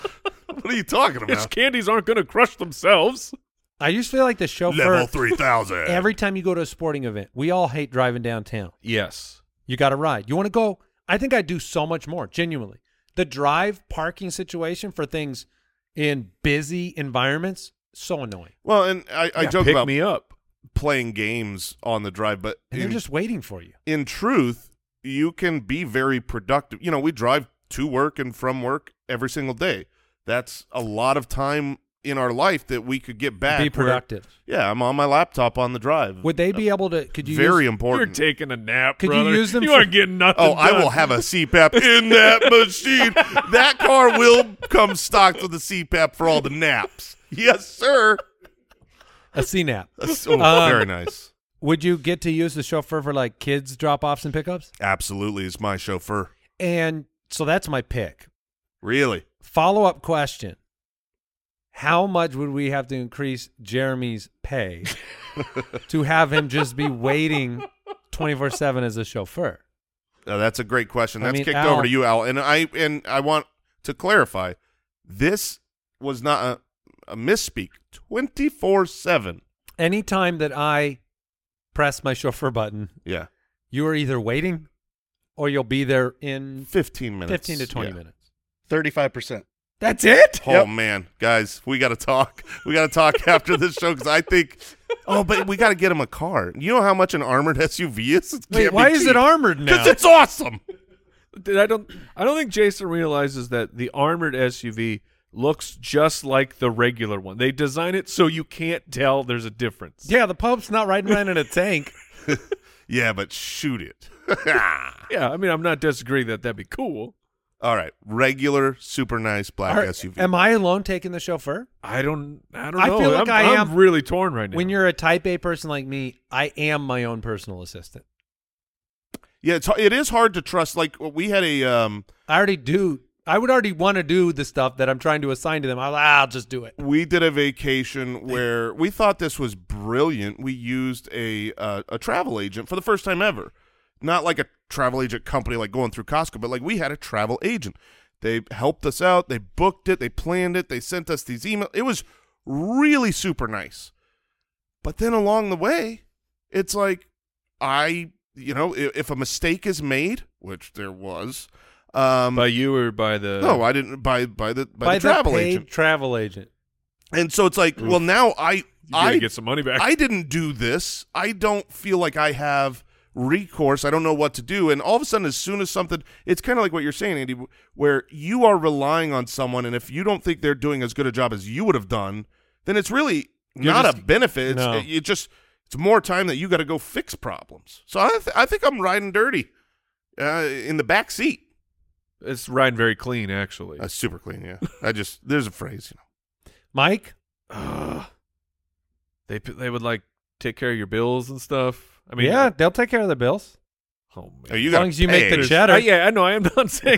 Speaker 6: are you talking
Speaker 4: His
Speaker 6: about?
Speaker 4: candies aren't going to crush themselves.
Speaker 3: I just feel like the chauffeur.
Speaker 6: Level three thousand.
Speaker 3: Every time you go to a sporting event, we all hate driving downtown.
Speaker 4: Yes.
Speaker 3: You got to ride. You want to go? I think I do so much more, genuinely. The drive parking situation for things in busy environments, so annoying.
Speaker 6: well, and I, I
Speaker 4: Yeah,
Speaker 6: joke
Speaker 4: pick
Speaker 6: about
Speaker 4: me up.
Speaker 6: playing games on the drive, but
Speaker 3: And they're
Speaker 6: in-
Speaker 3: just waiting for you.
Speaker 6: in truth, you can be very productive. You know, we drive to work and from work every single day. That's a lot of time in our life that we could get back.
Speaker 3: Be
Speaker 6: where-
Speaker 3: productive.
Speaker 6: yeah, I'm on my laptop on the drive.
Speaker 3: Would they be able to? Could you
Speaker 6: very
Speaker 3: use-
Speaker 4: You're
Speaker 6: important?
Speaker 4: taking a nap,
Speaker 3: Could you
Speaker 4: brother.
Speaker 3: use them
Speaker 4: You
Speaker 3: for-
Speaker 4: aren't getting nothing.
Speaker 6: Oh, I will
Speaker 4: done.
Speaker 6: have a CPAP in that machine. That car will come stocked with a CPAP for all the naps. Yes, sir.
Speaker 3: a CNAP?
Speaker 6: That's- oh,
Speaker 3: Um,
Speaker 6: very nice.
Speaker 3: Would you get to use the chauffeur for like kids drop offs and pickups?
Speaker 6: Absolutely, it's my chauffeur.
Speaker 3: And so that's my pick.
Speaker 6: Really?
Speaker 3: Follow up question. How much would we have to increase Jeremy's pay to have him just be waiting 24 7 as a chauffeur?
Speaker 6: Uh, that's a great question.
Speaker 3: I
Speaker 6: That's
Speaker 3: mean,
Speaker 6: kicked
Speaker 3: Al-
Speaker 6: over to you, Al. And I and I want to clarify, this was not a, a misspeak. Twenty four seven.
Speaker 3: Anytime that I press my chauffeur button,
Speaker 6: Yeah,
Speaker 3: you are either waiting or you'll be there in
Speaker 6: fifteen minutes.
Speaker 3: 15 to 20
Speaker 6: Yeah.
Speaker 3: minutes.
Speaker 5: Thirty-five percent.
Speaker 3: That's it?
Speaker 6: Oh man, guys, we got to talk. We got to talk after this show because I think. Oh, but we got to get him a car. You know how much an armored SUV is? It
Speaker 3: Wait,
Speaker 6: can't be
Speaker 3: why is
Speaker 6: cheap.
Speaker 3: it armored now?
Speaker 6: Because it's awesome.
Speaker 4: Dude, I don't. I don't think Jason realizes that the armored SUV looks just like the regular one. They design it so you can't tell there's a difference.
Speaker 3: yeah, the Pope's not riding around in a tank.
Speaker 6: Yeah, but shoot it.
Speaker 4: Yeah, I mean, I'm not disagreeing that that'd be cool.
Speaker 6: All right, regular, super nice black
Speaker 3: Are-
Speaker 6: SUV.
Speaker 3: Am I alone taking the chauffeur?
Speaker 4: I don't. I don't
Speaker 3: I
Speaker 4: know.
Speaker 3: feel
Speaker 4: I'm,
Speaker 3: like I
Speaker 4: I'm
Speaker 3: am-
Speaker 4: really torn right now.
Speaker 3: When you're a type A person like me, I am my own personal assistant.
Speaker 6: yeah, it's, it is hard to trust. Like we had a um,
Speaker 3: I already do. I would already want to do the stuff that I'm trying to assign to them. I'll, I'll just do it.
Speaker 6: we did a vacation where we thought this was brilliant. We used a uh, a travel agent for the first time ever, not like a travel agent company like going through Costco, but like we had a travel agent. They helped us out. They booked it. They planned it. They sent us these emails. It was really super nice. But then along the way, it's like I, you know, if, if a mistake is made, which there was, um,
Speaker 4: by you or by the
Speaker 6: no, I didn't by by the by, the travel
Speaker 3: paid
Speaker 6: agent.
Speaker 3: travel agent.
Speaker 6: And so it's
Speaker 3: Mm.
Speaker 6: like, well, now I
Speaker 4: you gotta
Speaker 6: I
Speaker 4: get some money back.
Speaker 6: I didn't do this. I don't feel like I have recourse. I don't know what to do. And all of a sudden, as soon as something, it's kind of like what you're saying, Andy, where you are relying on someone, and if you don't think they're doing as good a job as you would have done, then it's really
Speaker 3: You're
Speaker 6: not
Speaker 3: just-
Speaker 6: a benefit. It's,
Speaker 3: No.
Speaker 6: it, it just it's more time that you got to go fix problems. So I th- I think I'm riding dirty uh, in the back seat.
Speaker 4: it's riding very clean actually.
Speaker 6: That's super clean. Yeah, I just there's a phrase. You know.
Speaker 3: Mike,
Speaker 4: Ugh. they p- they would like take care of your bills and stuff. I mean,
Speaker 3: yeah, they'll take care of the bills.
Speaker 4: Oh
Speaker 6: Oh,
Speaker 4: man.
Speaker 6: you
Speaker 3: As
Speaker 6: gotta
Speaker 3: long as you make the
Speaker 6: pay.
Speaker 3: cheddar.
Speaker 4: Uh, yeah, I know. I am not saying.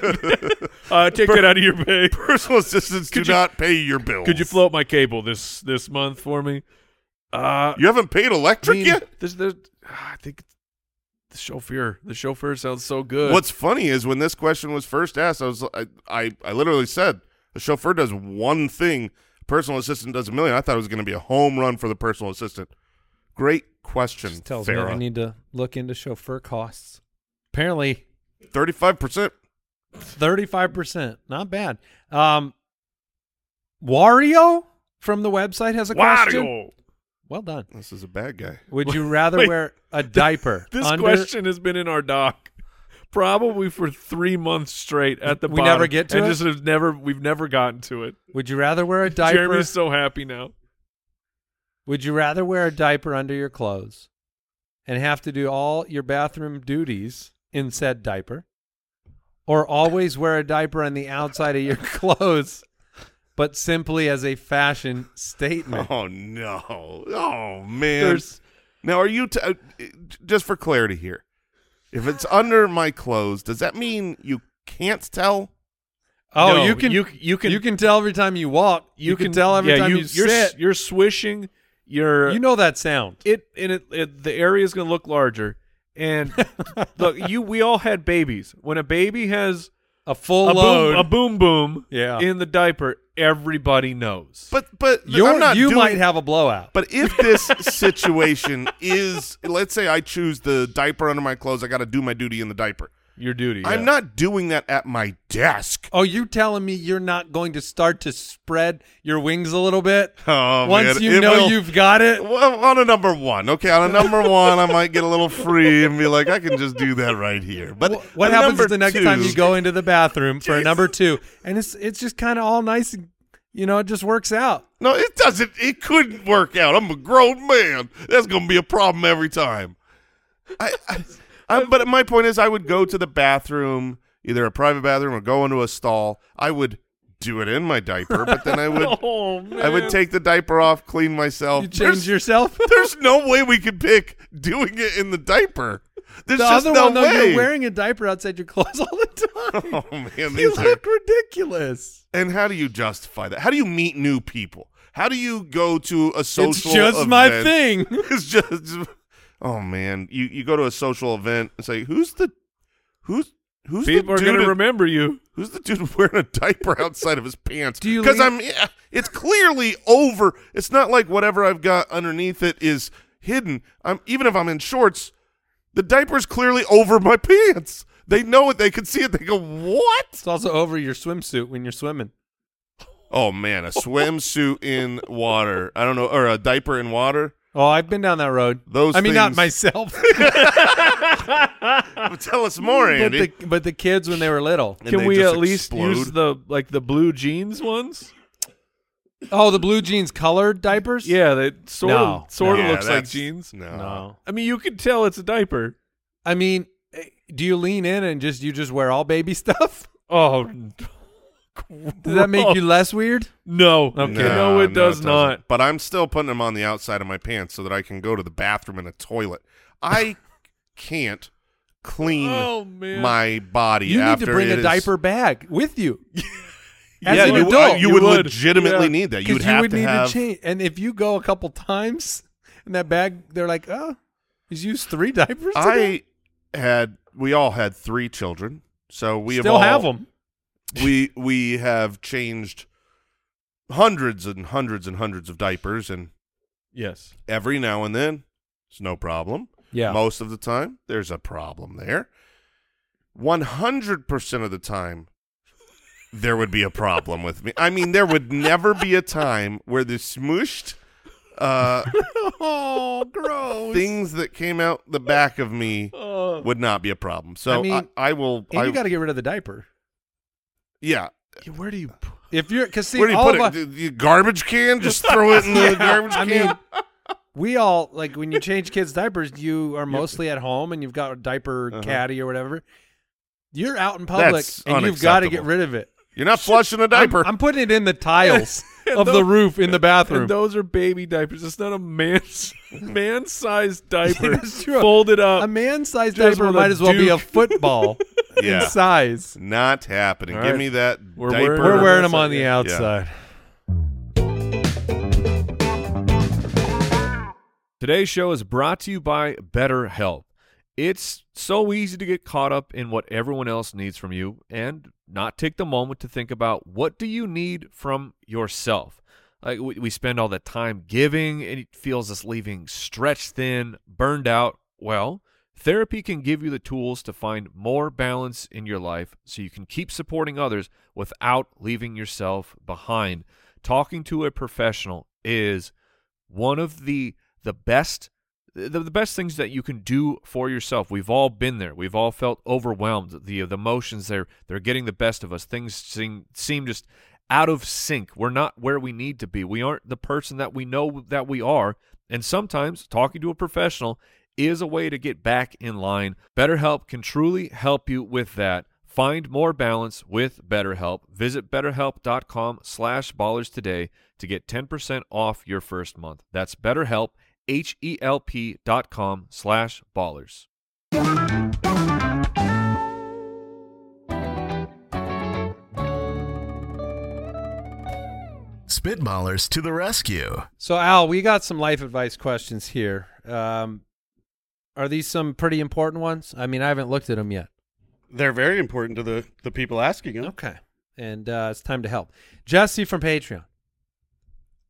Speaker 4: uh, take that out of your pay.
Speaker 6: Personal assistants
Speaker 4: Could
Speaker 6: do
Speaker 4: you-
Speaker 6: not pay your bills.
Speaker 4: Could you float my cable this this month for me? Uh,
Speaker 6: You haven't paid
Speaker 4: I
Speaker 6: electric
Speaker 4: mean,
Speaker 6: yet.
Speaker 4: There's, there's, ah, I think the chauffeur. The chauffeur sounds so good.
Speaker 6: What's funny is when this question was first asked, I was I I, I literally said a chauffeur does one thing, personal assistant does a million. I thought it was going to be a home run for the personal assistant. Great question,
Speaker 3: Just tells me I
Speaker 6: Farah.
Speaker 3: need to look into chauffeur costs. Apparently,
Speaker 6: Thirty-five percent.
Speaker 3: thirty-five percent. Not bad. Um, Wario from the website has a question.
Speaker 4: Wario?
Speaker 3: Well done.
Speaker 6: This is a bad guy.
Speaker 3: Would you rather
Speaker 4: Wait.
Speaker 3: wear a diaper?
Speaker 4: This
Speaker 3: under-
Speaker 4: question has been in our doc probably for three months straight. At the
Speaker 3: We
Speaker 4: bottom,
Speaker 3: never get to
Speaker 4: and
Speaker 3: it?
Speaker 4: Just have never we've never gotten to it.
Speaker 3: Would you rather wear a diaper?
Speaker 4: Jeremy's so happy now.
Speaker 3: Would you rather wear a diaper under your clothes and have to do all your bathroom duties in said diaper? Or always wear a diaper on the outside of your clothes, but simply as a fashion statement?
Speaker 6: Oh no! Oh man!
Speaker 4: There's
Speaker 6: now, are you t- uh, just for clarity here? If it's under my clothes, does that mean you can't tell?
Speaker 3: Oh,
Speaker 4: No,
Speaker 3: you can
Speaker 4: you- you can-
Speaker 3: you can tell every time you walk. You, can, tell every
Speaker 4: yeah,
Speaker 3: time you,
Speaker 4: you're, s-
Speaker 3: sit.
Speaker 4: You're swishing. You're
Speaker 3: you know that sound.
Speaker 4: it and it, it the area is going to look larger and look you we all had babies when a baby has
Speaker 3: a full
Speaker 4: a
Speaker 3: load.
Speaker 4: boom, a boom boom
Speaker 3: Yeah.
Speaker 4: in the diaper, everybody knows.
Speaker 6: But but
Speaker 3: You're-
Speaker 6: I'm not
Speaker 3: you
Speaker 6: doing-
Speaker 3: might have a blowout.
Speaker 6: But if this situation is, let's say I choose the diaper under my clothes, I got to do my duty in the diaper.
Speaker 4: your duty. yeah.
Speaker 6: I'm not doing that at my desk.
Speaker 3: Oh, you telling me you're not going to start to spread your wings a little bit
Speaker 6: Oh,
Speaker 3: once
Speaker 6: man,
Speaker 3: you
Speaker 6: it
Speaker 3: know
Speaker 6: will-
Speaker 3: you've got it?
Speaker 6: Well, on a number one, okay. On a number one, I might get a little free and be like, I can just do that right here. But
Speaker 3: Wh- what
Speaker 6: on
Speaker 3: happens
Speaker 6: number
Speaker 3: the next
Speaker 6: two-
Speaker 3: time you go into the bathroom for a number two, and it's it's just kind of all nice, and, you know, it just works out.
Speaker 6: No, it doesn't. It couldn't work out. I'm a grown man. That's going to be a problem every time. I, I, I, but my point is, I would go to the bathroom, either a private bathroom or go into a stall. I would do it in my diaper, but then I would, I would take the diaper off, clean myself.
Speaker 3: Oh, You change
Speaker 6: Oh, there's,
Speaker 3: yourself.
Speaker 6: there's no way we could pick doing it in the diaper. There's
Speaker 3: the
Speaker 6: just
Speaker 3: other
Speaker 6: no
Speaker 3: one, though,
Speaker 6: way.
Speaker 3: you're wearing a diaper outside your clothes all the time.
Speaker 6: oh man,
Speaker 3: you
Speaker 6: these are
Speaker 3: look ridiculous.
Speaker 6: And how do you justify that? How do you meet new people? How do you go to a social?
Speaker 3: it's just my
Speaker 6: event?
Speaker 3: thing.
Speaker 6: It's just. Oh man, you you go to a social event and say, "Who's the, who's who's
Speaker 4: People
Speaker 6: the
Speaker 4: are
Speaker 6: dude?
Speaker 4: going to
Speaker 6: in-
Speaker 4: remember you.
Speaker 6: who's the dude wearing a diaper outside of his pants?
Speaker 3: Do you
Speaker 6: Because
Speaker 3: leave-
Speaker 6: I'm. yeah, It's clearly over. It's not like whatever I've got underneath it is hidden. I'm even if I'm in shorts, the diaper's clearly over my pants. They know it. They can see it. They go, "What?
Speaker 3: It's also over your swimsuit when you're swimming.
Speaker 6: Oh man, a swimsuit in water. I don't know, or a diaper in water.
Speaker 3: Oh, I've been down that road.
Speaker 6: Those
Speaker 3: I mean, not
Speaker 6: things-
Speaker 3: myself,
Speaker 6: But tell us more,
Speaker 3: but
Speaker 6: Andy.
Speaker 3: the but the kids when they were little.
Speaker 6: And
Speaker 4: Can
Speaker 6: they
Speaker 4: we
Speaker 6: just
Speaker 4: at least
Speaker 6: explode.
Speaker 4: use the like the blue jeans ones?
Speaker 3: Oh, the blue jeans colored diapers.
Speaker 4: Yeah, that sort
Speaker 3: No.
Speaker 4: of sort
Speaker 6: Yeah,
Speaker 4: of looks like
Speaker 6: that's-
Speaker 4: jeans.
Speaker 6: No.
Speaker 3: No.
Speaker 4: I mean, you can tell it's a diaper.
Speaker 3: I mean, eh, do you lean in and just you just wear all baby stuff?
Speaker 4: Oh,
Speaker 3: Does that make you less weird?
Speaker 4: no? Okay, no, it does
Speaker 6: doesn't.
Speaker 4: not.
Speaker 6: But I'm still putting them on the outside of my pants so that I can go to the bathroom and a toilet. I can't clean
Speaker 4: Oh, man.
Speaker 6: my body.
Speaker 3: You need
Speaker 6: after
Speaker 3: to bring
Speaker 6: it
Speaker 3: a
Speaker 6: is-
Speaker 3: diaper bag with you. As
Speaker 6: yeah,
Speaker 3: an
Speaker 6: you,
Speaker 3: adult,
Speaker 6: I- you
Speaker 4: you
Speaker 6: would,
Speaker 4: would.
Speaker 6: legitimately
Speaker 4: Yeah.
Speaker 6: need that. You would
Speaker 3: because
Speaker 6: have
Speaker 3: you would
Speaker 6: to
Speaker 3: need
Speaker 6: have.
Speaker 3: to change. And if you go a couple times in that bag, they're like, oh, he's used three diapers. today?"
Speaker 6: I had. We all had three children, so we
Speaker 3: still
Speaker 6: have all,
Speaker 3: have them.
Speaker 6: we we have changed hundreds and hundreds and hundreds of diapers and
Speaker 4: Yes.
Speaker 6: every now and then it's no problem
Speaker 3: Yeah.
Speaker 6: most of the time there's a problem there 100% of the time there would be a problem with me i mean there would never be a time where the smooshed uh
Speaker 4: oh, gross.
Speaker 6: things that came out the back of me
Speaker 4: Oh.
Speaker 6: would not be a problem so i,
Speaker 3: I mean,
Speaker 6: I, will
Speaker 3: and
Speaker 6: I,
Speaker 3: you got to get rid of the diaper
Speaker 6: yeah
Speaker 4: Yeah, Where do you? p-
Speaker 3: if you're because see
Speaker 6: where do you
Speaker 3: all
Speaker 6: put it
Speaker 3: of us-
Speaker 6: The- the garbage can just throw it in the garbage
Speaker 3: I
Speaker 6: can
Speaker 3: mean, we all like when you change kids' diapers, you are mostly at home and you've got a diaper
Speaker 6: Uh-huh.
Speaker 3: caddy or whatever. You're out in public
Speaker 6: That's
Speaker 3: and you've got to get
Speaker 6: unacceptable.
Speaker 3: rid of it.
Speaker 6: You're not flushing a diaper.
Speaker 3: I'm, I'm putting it in the tiles
Speaker 4: And
Speaker 3: of the
Speaker 4: those-
Speaker 3: roof in the bathroom.
Speaker 4: And those are baby diapers. It's not a man man-sized diaper.
Speaker 3: That's true.
Speaker 4: Folded up.
Speaker 3: a man-sized
Speaker 4: Just
Speaker 3: diaper
Speaker 4: with a
Speaker 3: might as well be a
Speaker 4: Duke.
Speaker 3: football in
Speaker 6: yeah,
Speaker 3: size.
Speaker 6: not happening.
Speaker 4: All
Speaker 6: Give
Speaker 4: right.
Speaker 6: me that
Speaker 4: We're
Speaker 6: diaper.
Speaker 4: wearing-
Speaker 3: We're wearing
Speaker 4: that's
Speaker 3: them on
Speaker 4: it,
Speaker 3: the
Speaker 4: yeah.
Speaker 3: outside.
Speaker 4: Today's show is brought to you by BetterHelp. It's so easy to get caught up in what everyone else needs from you and not take the moment to think about what do you need from yourself. Like we, we spend all that time giving and it feels us leaving stretched thin, burned out. Well, therapy can give you the tools to find more balance in your life so you can keep supporting others without leaving yourself behind. Talking to a professional is one of the the best the, the best things that you can do for yourself. We've all been there. We've all felt overwhelmed. The the emotions they're they're getting the best of us. Things seem seem just out of sync. We're not where we need to be. We aren't the person that we know that we are. And sometimes talking to a professional is a way to get back in line. BetterHelp can truly help you with that. Find more balance with BetterHelp. Visit betterhelp.com slash ballers today to get 10% off your first month. That's betterhelp, H-E-L-P E dot com slash ballers.
Speaker 1: Spitballers to the rescue.
Speaker 3: So, Al, we got some life advice questions here. Um, are these some pretty important ones? I mean, I haven't looked at them yet.
Speaker 5: They're very important to the the people asking them.
Speaker 3: Okay. And uh, it's time to help. Jesse from Patreon.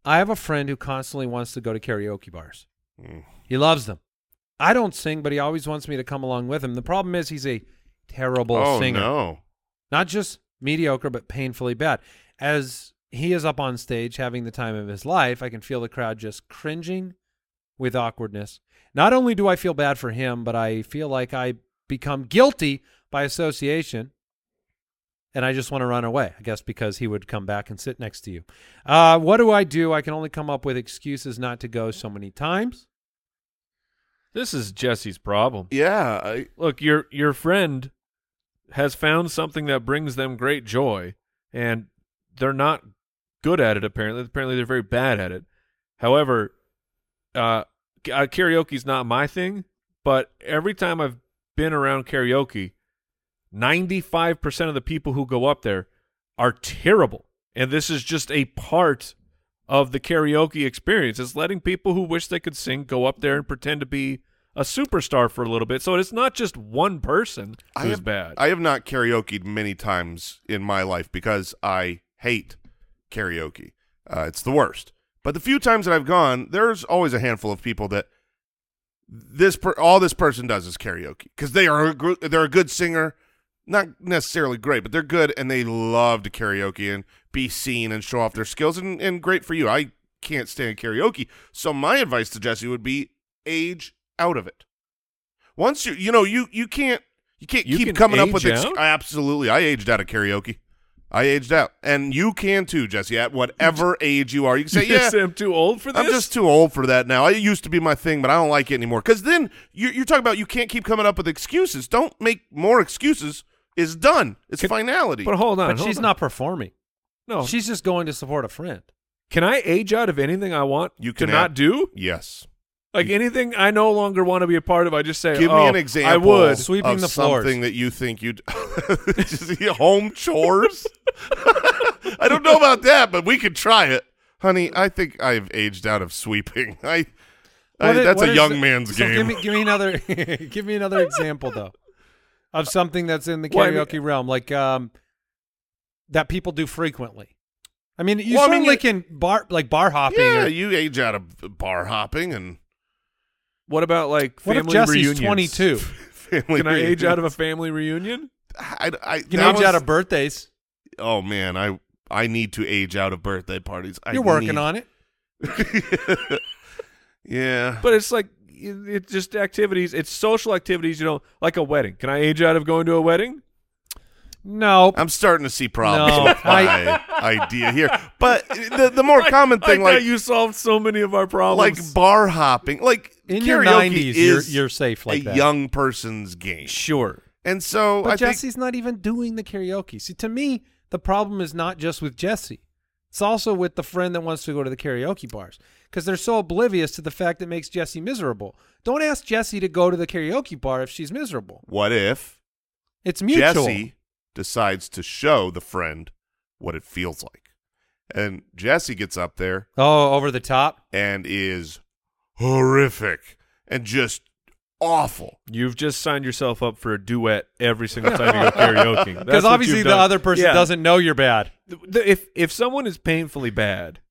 Speaker 3: I have a friend who constantly wants to go to karaoke bars. He loves them. I don't sing, but he always wants me to come along with him. The problem is he's a terrible
Speaker 6: oh
Speaker 3: singer.
Speaker 6: no.
Speaker 3: Not just mediocre, but painfully bad. As he is up on stage having the time of his life, I can feel the crowd just cringing with awkwardness. Not only do I feel bad for him, but I feel like I become guilty by association and I just want to run away, I guess, because he would come back and sit next to you. Uh, what do I do? I can only come up with excuses not to go so many times.
Speaker 4: This is Jesse's problem.
Speaker 6: Yeah, I,
Speaker 4: Look, your your friend has found something that brings them great joy, and they're not good at it. Apparently, apparently they're very bad at it. However, uh, k- uh, karaoke's not my thing. But every time I've been around karaoke, ninety five percent of the people who go up there are terrible, and this is just a part of the karaoke experience. It's letting people who wish they could sing go up there and pretend to be a superstar for a little bit. So it's not just one person
Speaker 6: I
Speaker 4: who's
Speaker 6: have,
Speaker 4: bad.
Speaker 6: I have not karaoke'd many times in my life because I hate karaoke. Uh, it's the worst. But the few times that I've gone, there's always a handful of people that this per- all this person does is karaoke because they are a gr- they're a good singer, not necessarily great, but they're good and they love to karaoke and be seen and show off their skills and, and great for you. I can't stand karaoke, so my advice to Jesse would be age out of it. Once you you know you you can't you can't
Speaker 4: You
Speaker 6: keep
Speaker 4: can
Speaker 6: coming up
Speaker 4: age
Speaker 6: with ex-
Speaker 4: out?
Speaker 6: absolutely. I aged out of karaoke. I aged out, and you can too, Jesse. At whatever age you are, you can say,
Speaker 4: You
Speaker 6: "Yeah,
Speaker 4: say I'm too old for this.
Speaker 6: I'm just too old for that now. It used to be my thing, but I don't like it anymore. Because then you, you're talking about you can't keep coming up with excuses. Don't make more excuses. It's done. It's finality.
Speaker 4: but hold on,
Speaker 3: but
Speaker 4: hold
Speaker 3: she's
Speaker 4: on. Oh.
Speaker 3: not performing.
Speaker 4: No,
Speaker 3: She's just going to support a friend.
Speaker 4: can I age out of anything I want
Speaker 6: You
Speaker 4: to
Speaker 6: can
Speaker 4: not
Speaker 6: add-
Speaker 4: do?
Speaker 6: yes.
Speaker 4: Like anything I no longer want to be a part of, I just say,
Speaker 6: Give
Speaker 4: "Oh,
Speaker 6: me an example.
Speaker 4: I would.
Speaker 3: Sweeping
Speaker 6: of
Speaker 3: the floors.
Speaker 6: something that you think you'd Just home chores. I don't know about that, but we could try it, honey. I think I've aged out of sweeping. I, I
Speaker 3: What i-
Speaker 6: that's
Speaker 3: what
Speaker 6: a
Speaker 3: is
Speaker 6: young
Speaker 3: the-
Speaker 6: man's
Speaker 3: so
Speaker 6: game.
Speaker 3: Give me, give me another, give me another example though, of something that's in the
Speaker 4: Well, I mean-
Speaker 3: karaoke realm, like um, that people do frequently. I mean, you
Speaker 6: Well, I mean,
Speaker 3: certainly
Speaker 6: you-
Speaker 3: can bar like bar hopping.
Speaker 6: yeah,
Speaker 3: or,
Speaker 6: you age out of bar hopping and
Speaker 4: What about like
Speaker 3: what
Speaker 4: family
Speaker 3: if Jesse's
Speaker 4: reunions?
Speaker 3: twenty two?
Speaker 6: family.
Speaker 4: Can I age out of
Speaker 6: reunions.
Speaker 4: a family reunion?
Speaker 6: I, I,
Speaker 3: You
Speaker 6: that
Speaker 3: can age out
Speaker 6: was-
Speaker 3: of birthdays.
Speaker 6: oh man, I I need to age out of birthday parties. I
Speaker 3: You're working
Speaker 6: need-
Speaker 3: on it.
Speaker 6: yeah.
Speaker 4: But it's like it- it's just activities. It's social activities. You know, like a wedding. Can I age out of going to a wedding?
Speaker 3: No,
Speaker 6: I'm starting to see problems
Speaker 3: No,
Speaker 6: with my idea here. But the the more common
Speaker 4: I
Speaker 6: thing,
Speaker 4: thought
Speaker 6: like
Speaker 4: you solved so many of our problems.
Speaker 6: like bar hopping, like
Speaker 3: In
Speaker 6: karaoke
Speaker 3: your 90s, you're-
Speaker 6: is
Speaker 3: you're safe like
Speaker 6: a
Speaker 3: that.
Speaker 6: young person's game,
Speaker 4: sure.
Speaker 6: and so
Speaker 3: But
Speaker 6: I think
Speaker 3: Jesse's not even doing the karaoke. See, to me, the problem is not just with Jesse. It's also with the friend that wants to go to the karaoke bars because they're so oblivious to the fact that makes Jesse miserable. Don't ask Jesse to go to the karaoke bar if she's miserable.
Speaker 6: what if
Speaker 3: It's mutual.
Speaker 6: Jesse decides to show the friend what it feels like, and Jesse gets up there
Speaker 3: Oh, over the top.
Speaker 6: and is horrific and just awful.
Speaker 4: You've just signed yourself up for a duet every single time you go karaoke. That's what
Speaker 3: Because
Speaker 4: you've
Speaker 3: obviously the
Speaker 4: done.
Speaker 3: other person
Speaker 4: Yeah.
Speaker 3: doesn't know you're bad.
Speaker 4: Th- th- If if someone is painfully bad,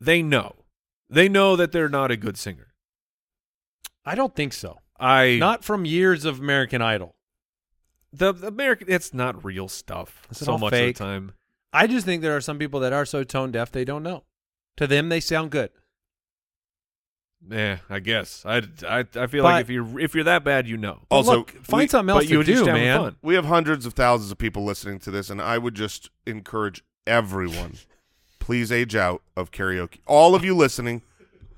Speaker 4: they know. They know that they're not a good singer.
Speaker 3: I don't think so.
Speaker 4: I
Speaker 3: Not from years of American Idol.
Speaker 4: the, the American. It's not real stuff.
Speaker 3: Is it
Speaker 4: so
Speaker 3: all
Speaker 4: much
Speaker 3: fake?
Speaker 4: of the time.
Speaker 3: I just think there are some people that are so tone deaf they don't know. To them, they sound good.
Speaker 4: Yeah, Eh, I guess. I, I, I feel
Speaker 3: But-
Speaker 4: like if you're if you're that bad, you know.
Speaker 3: But
Speaker 6: Also,
Speaker 3: look, find
Speaker 6: we-
Speaker 3: something else
Speaker 4: but you
Speaker 3: to
Speaker 4: were just
Speaker 3: do,
Speaker 4: having
Speaker 3: man.
Speaker 4: fun.
Speaker 6: We have hundreds of thousands of people listening to this, and I would just encourage everyone please age out of karaoke. All of you listening,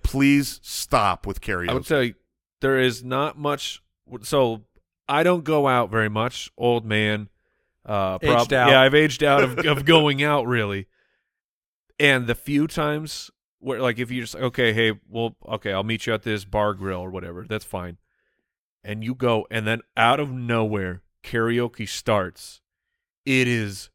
Speaker 6: please stop with
Speaker 4: I would
Speaker 6: karaoke.
Speaker 4: tell you, there is not much. So I don't go out very much. Old man. Uh,
Speaker 3: Aged
Speaker 4: prob-
Speaker 3: out.
Speaker 4: Yeah, I've aged out of, of going out really. And the few times where, like, if you just okay, hey, well, okay, I'll meet you at this bar grill or whatever. That's fine. And you go, and then out of nowhere, karaoke starts. It is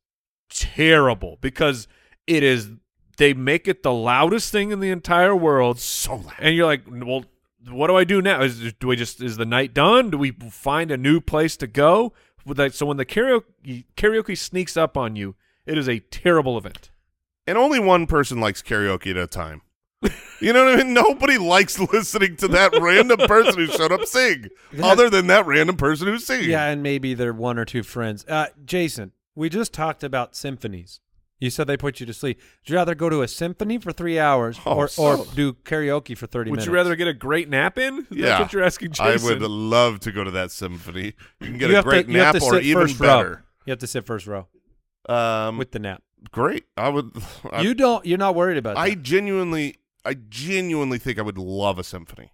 Speaker 4: terrible because it is. They make it the loudest thing in the entire world.
Speaker 6: so loud.
Speaker 4: And you're like, well, what do I do now? Is do we just is the night done? Do we find a new place to go? with that, so when the karaoke karaoke sneaks up on you, it is a terrible event.
Speaker 6: and only one person likes karaoke at a time. You know what I mean? Nobody likes listening to that random person who showed up sing, other than that random person who sings.
Speaker 3: Yeah, and maybe they're one or two friends. Uh, Jason, we just talked about symphonies. You said they put you to sleep. Would you rather go to a symphony for three hours
Speaker 6: Oh,
Speaker 3: or,
Speaker 6: so-
Speaker 3: or do karaoke for 30
Speaker 4: Would
Speaker 3: minutes?
Speaker 4: you rather get a great nap in? That's
Speaker 6: Yeah.
Speaker 4: what you're asking,
Speaker 6: I
Speaker 4: Jason.
Speaker 6: would love to go to that symphony. You can get
Speaker 3: You
Speaker 6: a
Speaker 3: have to-
Speaker 6: great
Speaker 3: you have
Speaker 6: nap
Speaker 3: to
Speaker 6: or
Speaker 3: sit
Speaker 6: even
Speaker 3: first row.
Speaker 6: better.
Speaker 3: You have to sit first row
Speaker 6: Um,
Speaker 3: with the nap.
Speaker 6: great. I would. I,
Speaker 3: you don't, you're not worried about
Speaker 6: I
Speaker 3: that.
Speaker 6: genuinely, I genuinely think I would love a symphony.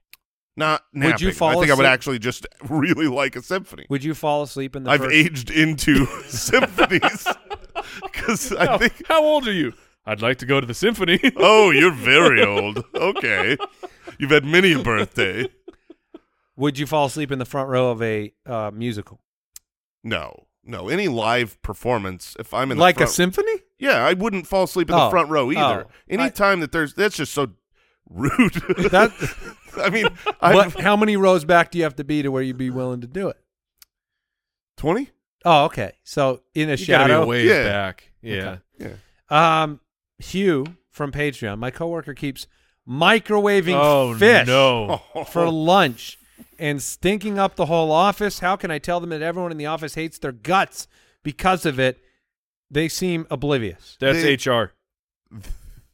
Speaker 6: Not
Speaker 3: Would you
Speaker 6: napping. I
Speaker 3: fall
Speaker 6: think I would
Speaker 3: asleep-
Speaker 6: actually just really like a symphony.
Speaker 3: Would you fall asleep in the
Speaker 6: I've
Speaker 3: first
Speaker 6: aged into symphonies because I
Speaker 4: How-
Speaker 6: think
Speaker 4: how old are you? I'd like to go to the symphony.
Speaker 6: Oh, you're very old. Okay. You've had many a birthday.
Speaker 3: Would you fall asleep in the front row of a uh, musical?
Speaker 6: No. No, any live performance, if I'm in
Speaker 3: Like
Speaker 6: the front,
Speaker 3: a symphony?
Speaker 6: yeah, I wouldn't fall asleep in the
Speaker 3: Oh.
Speaker 6: front row either.
Speaker 3: Oh. I-
Speaker 6: Anytime that there's, that's just so rude.
Speaker 3: That,
Speaker 6: I mean, I
Speaker 3: but how many rows back do you have to be to where you'd be willing to do it?
Speaker 6: twenty.
Speaker 3: Oh, okay. So in a
Speaker 4: you gotta
Speaker 3: shadow.
Speaker 4: be way
Speaker 6: Yeah.
Speaker 4: back. Yeah.
Speaker 3: Um, Hugh from Patreon, my coworker keeps microwaving
Speaker 4: Oh
Speaker 3: fish
Speaker 4: no!
Speaker 6: Oh.
Speaker 3: for lunch and stinking up the whole office. How can I tell them that everyone in the office hates their guts because of it? They seem oblivious.
Speaker 4: That's
Speaker 6: They-
Speaker 4: HR.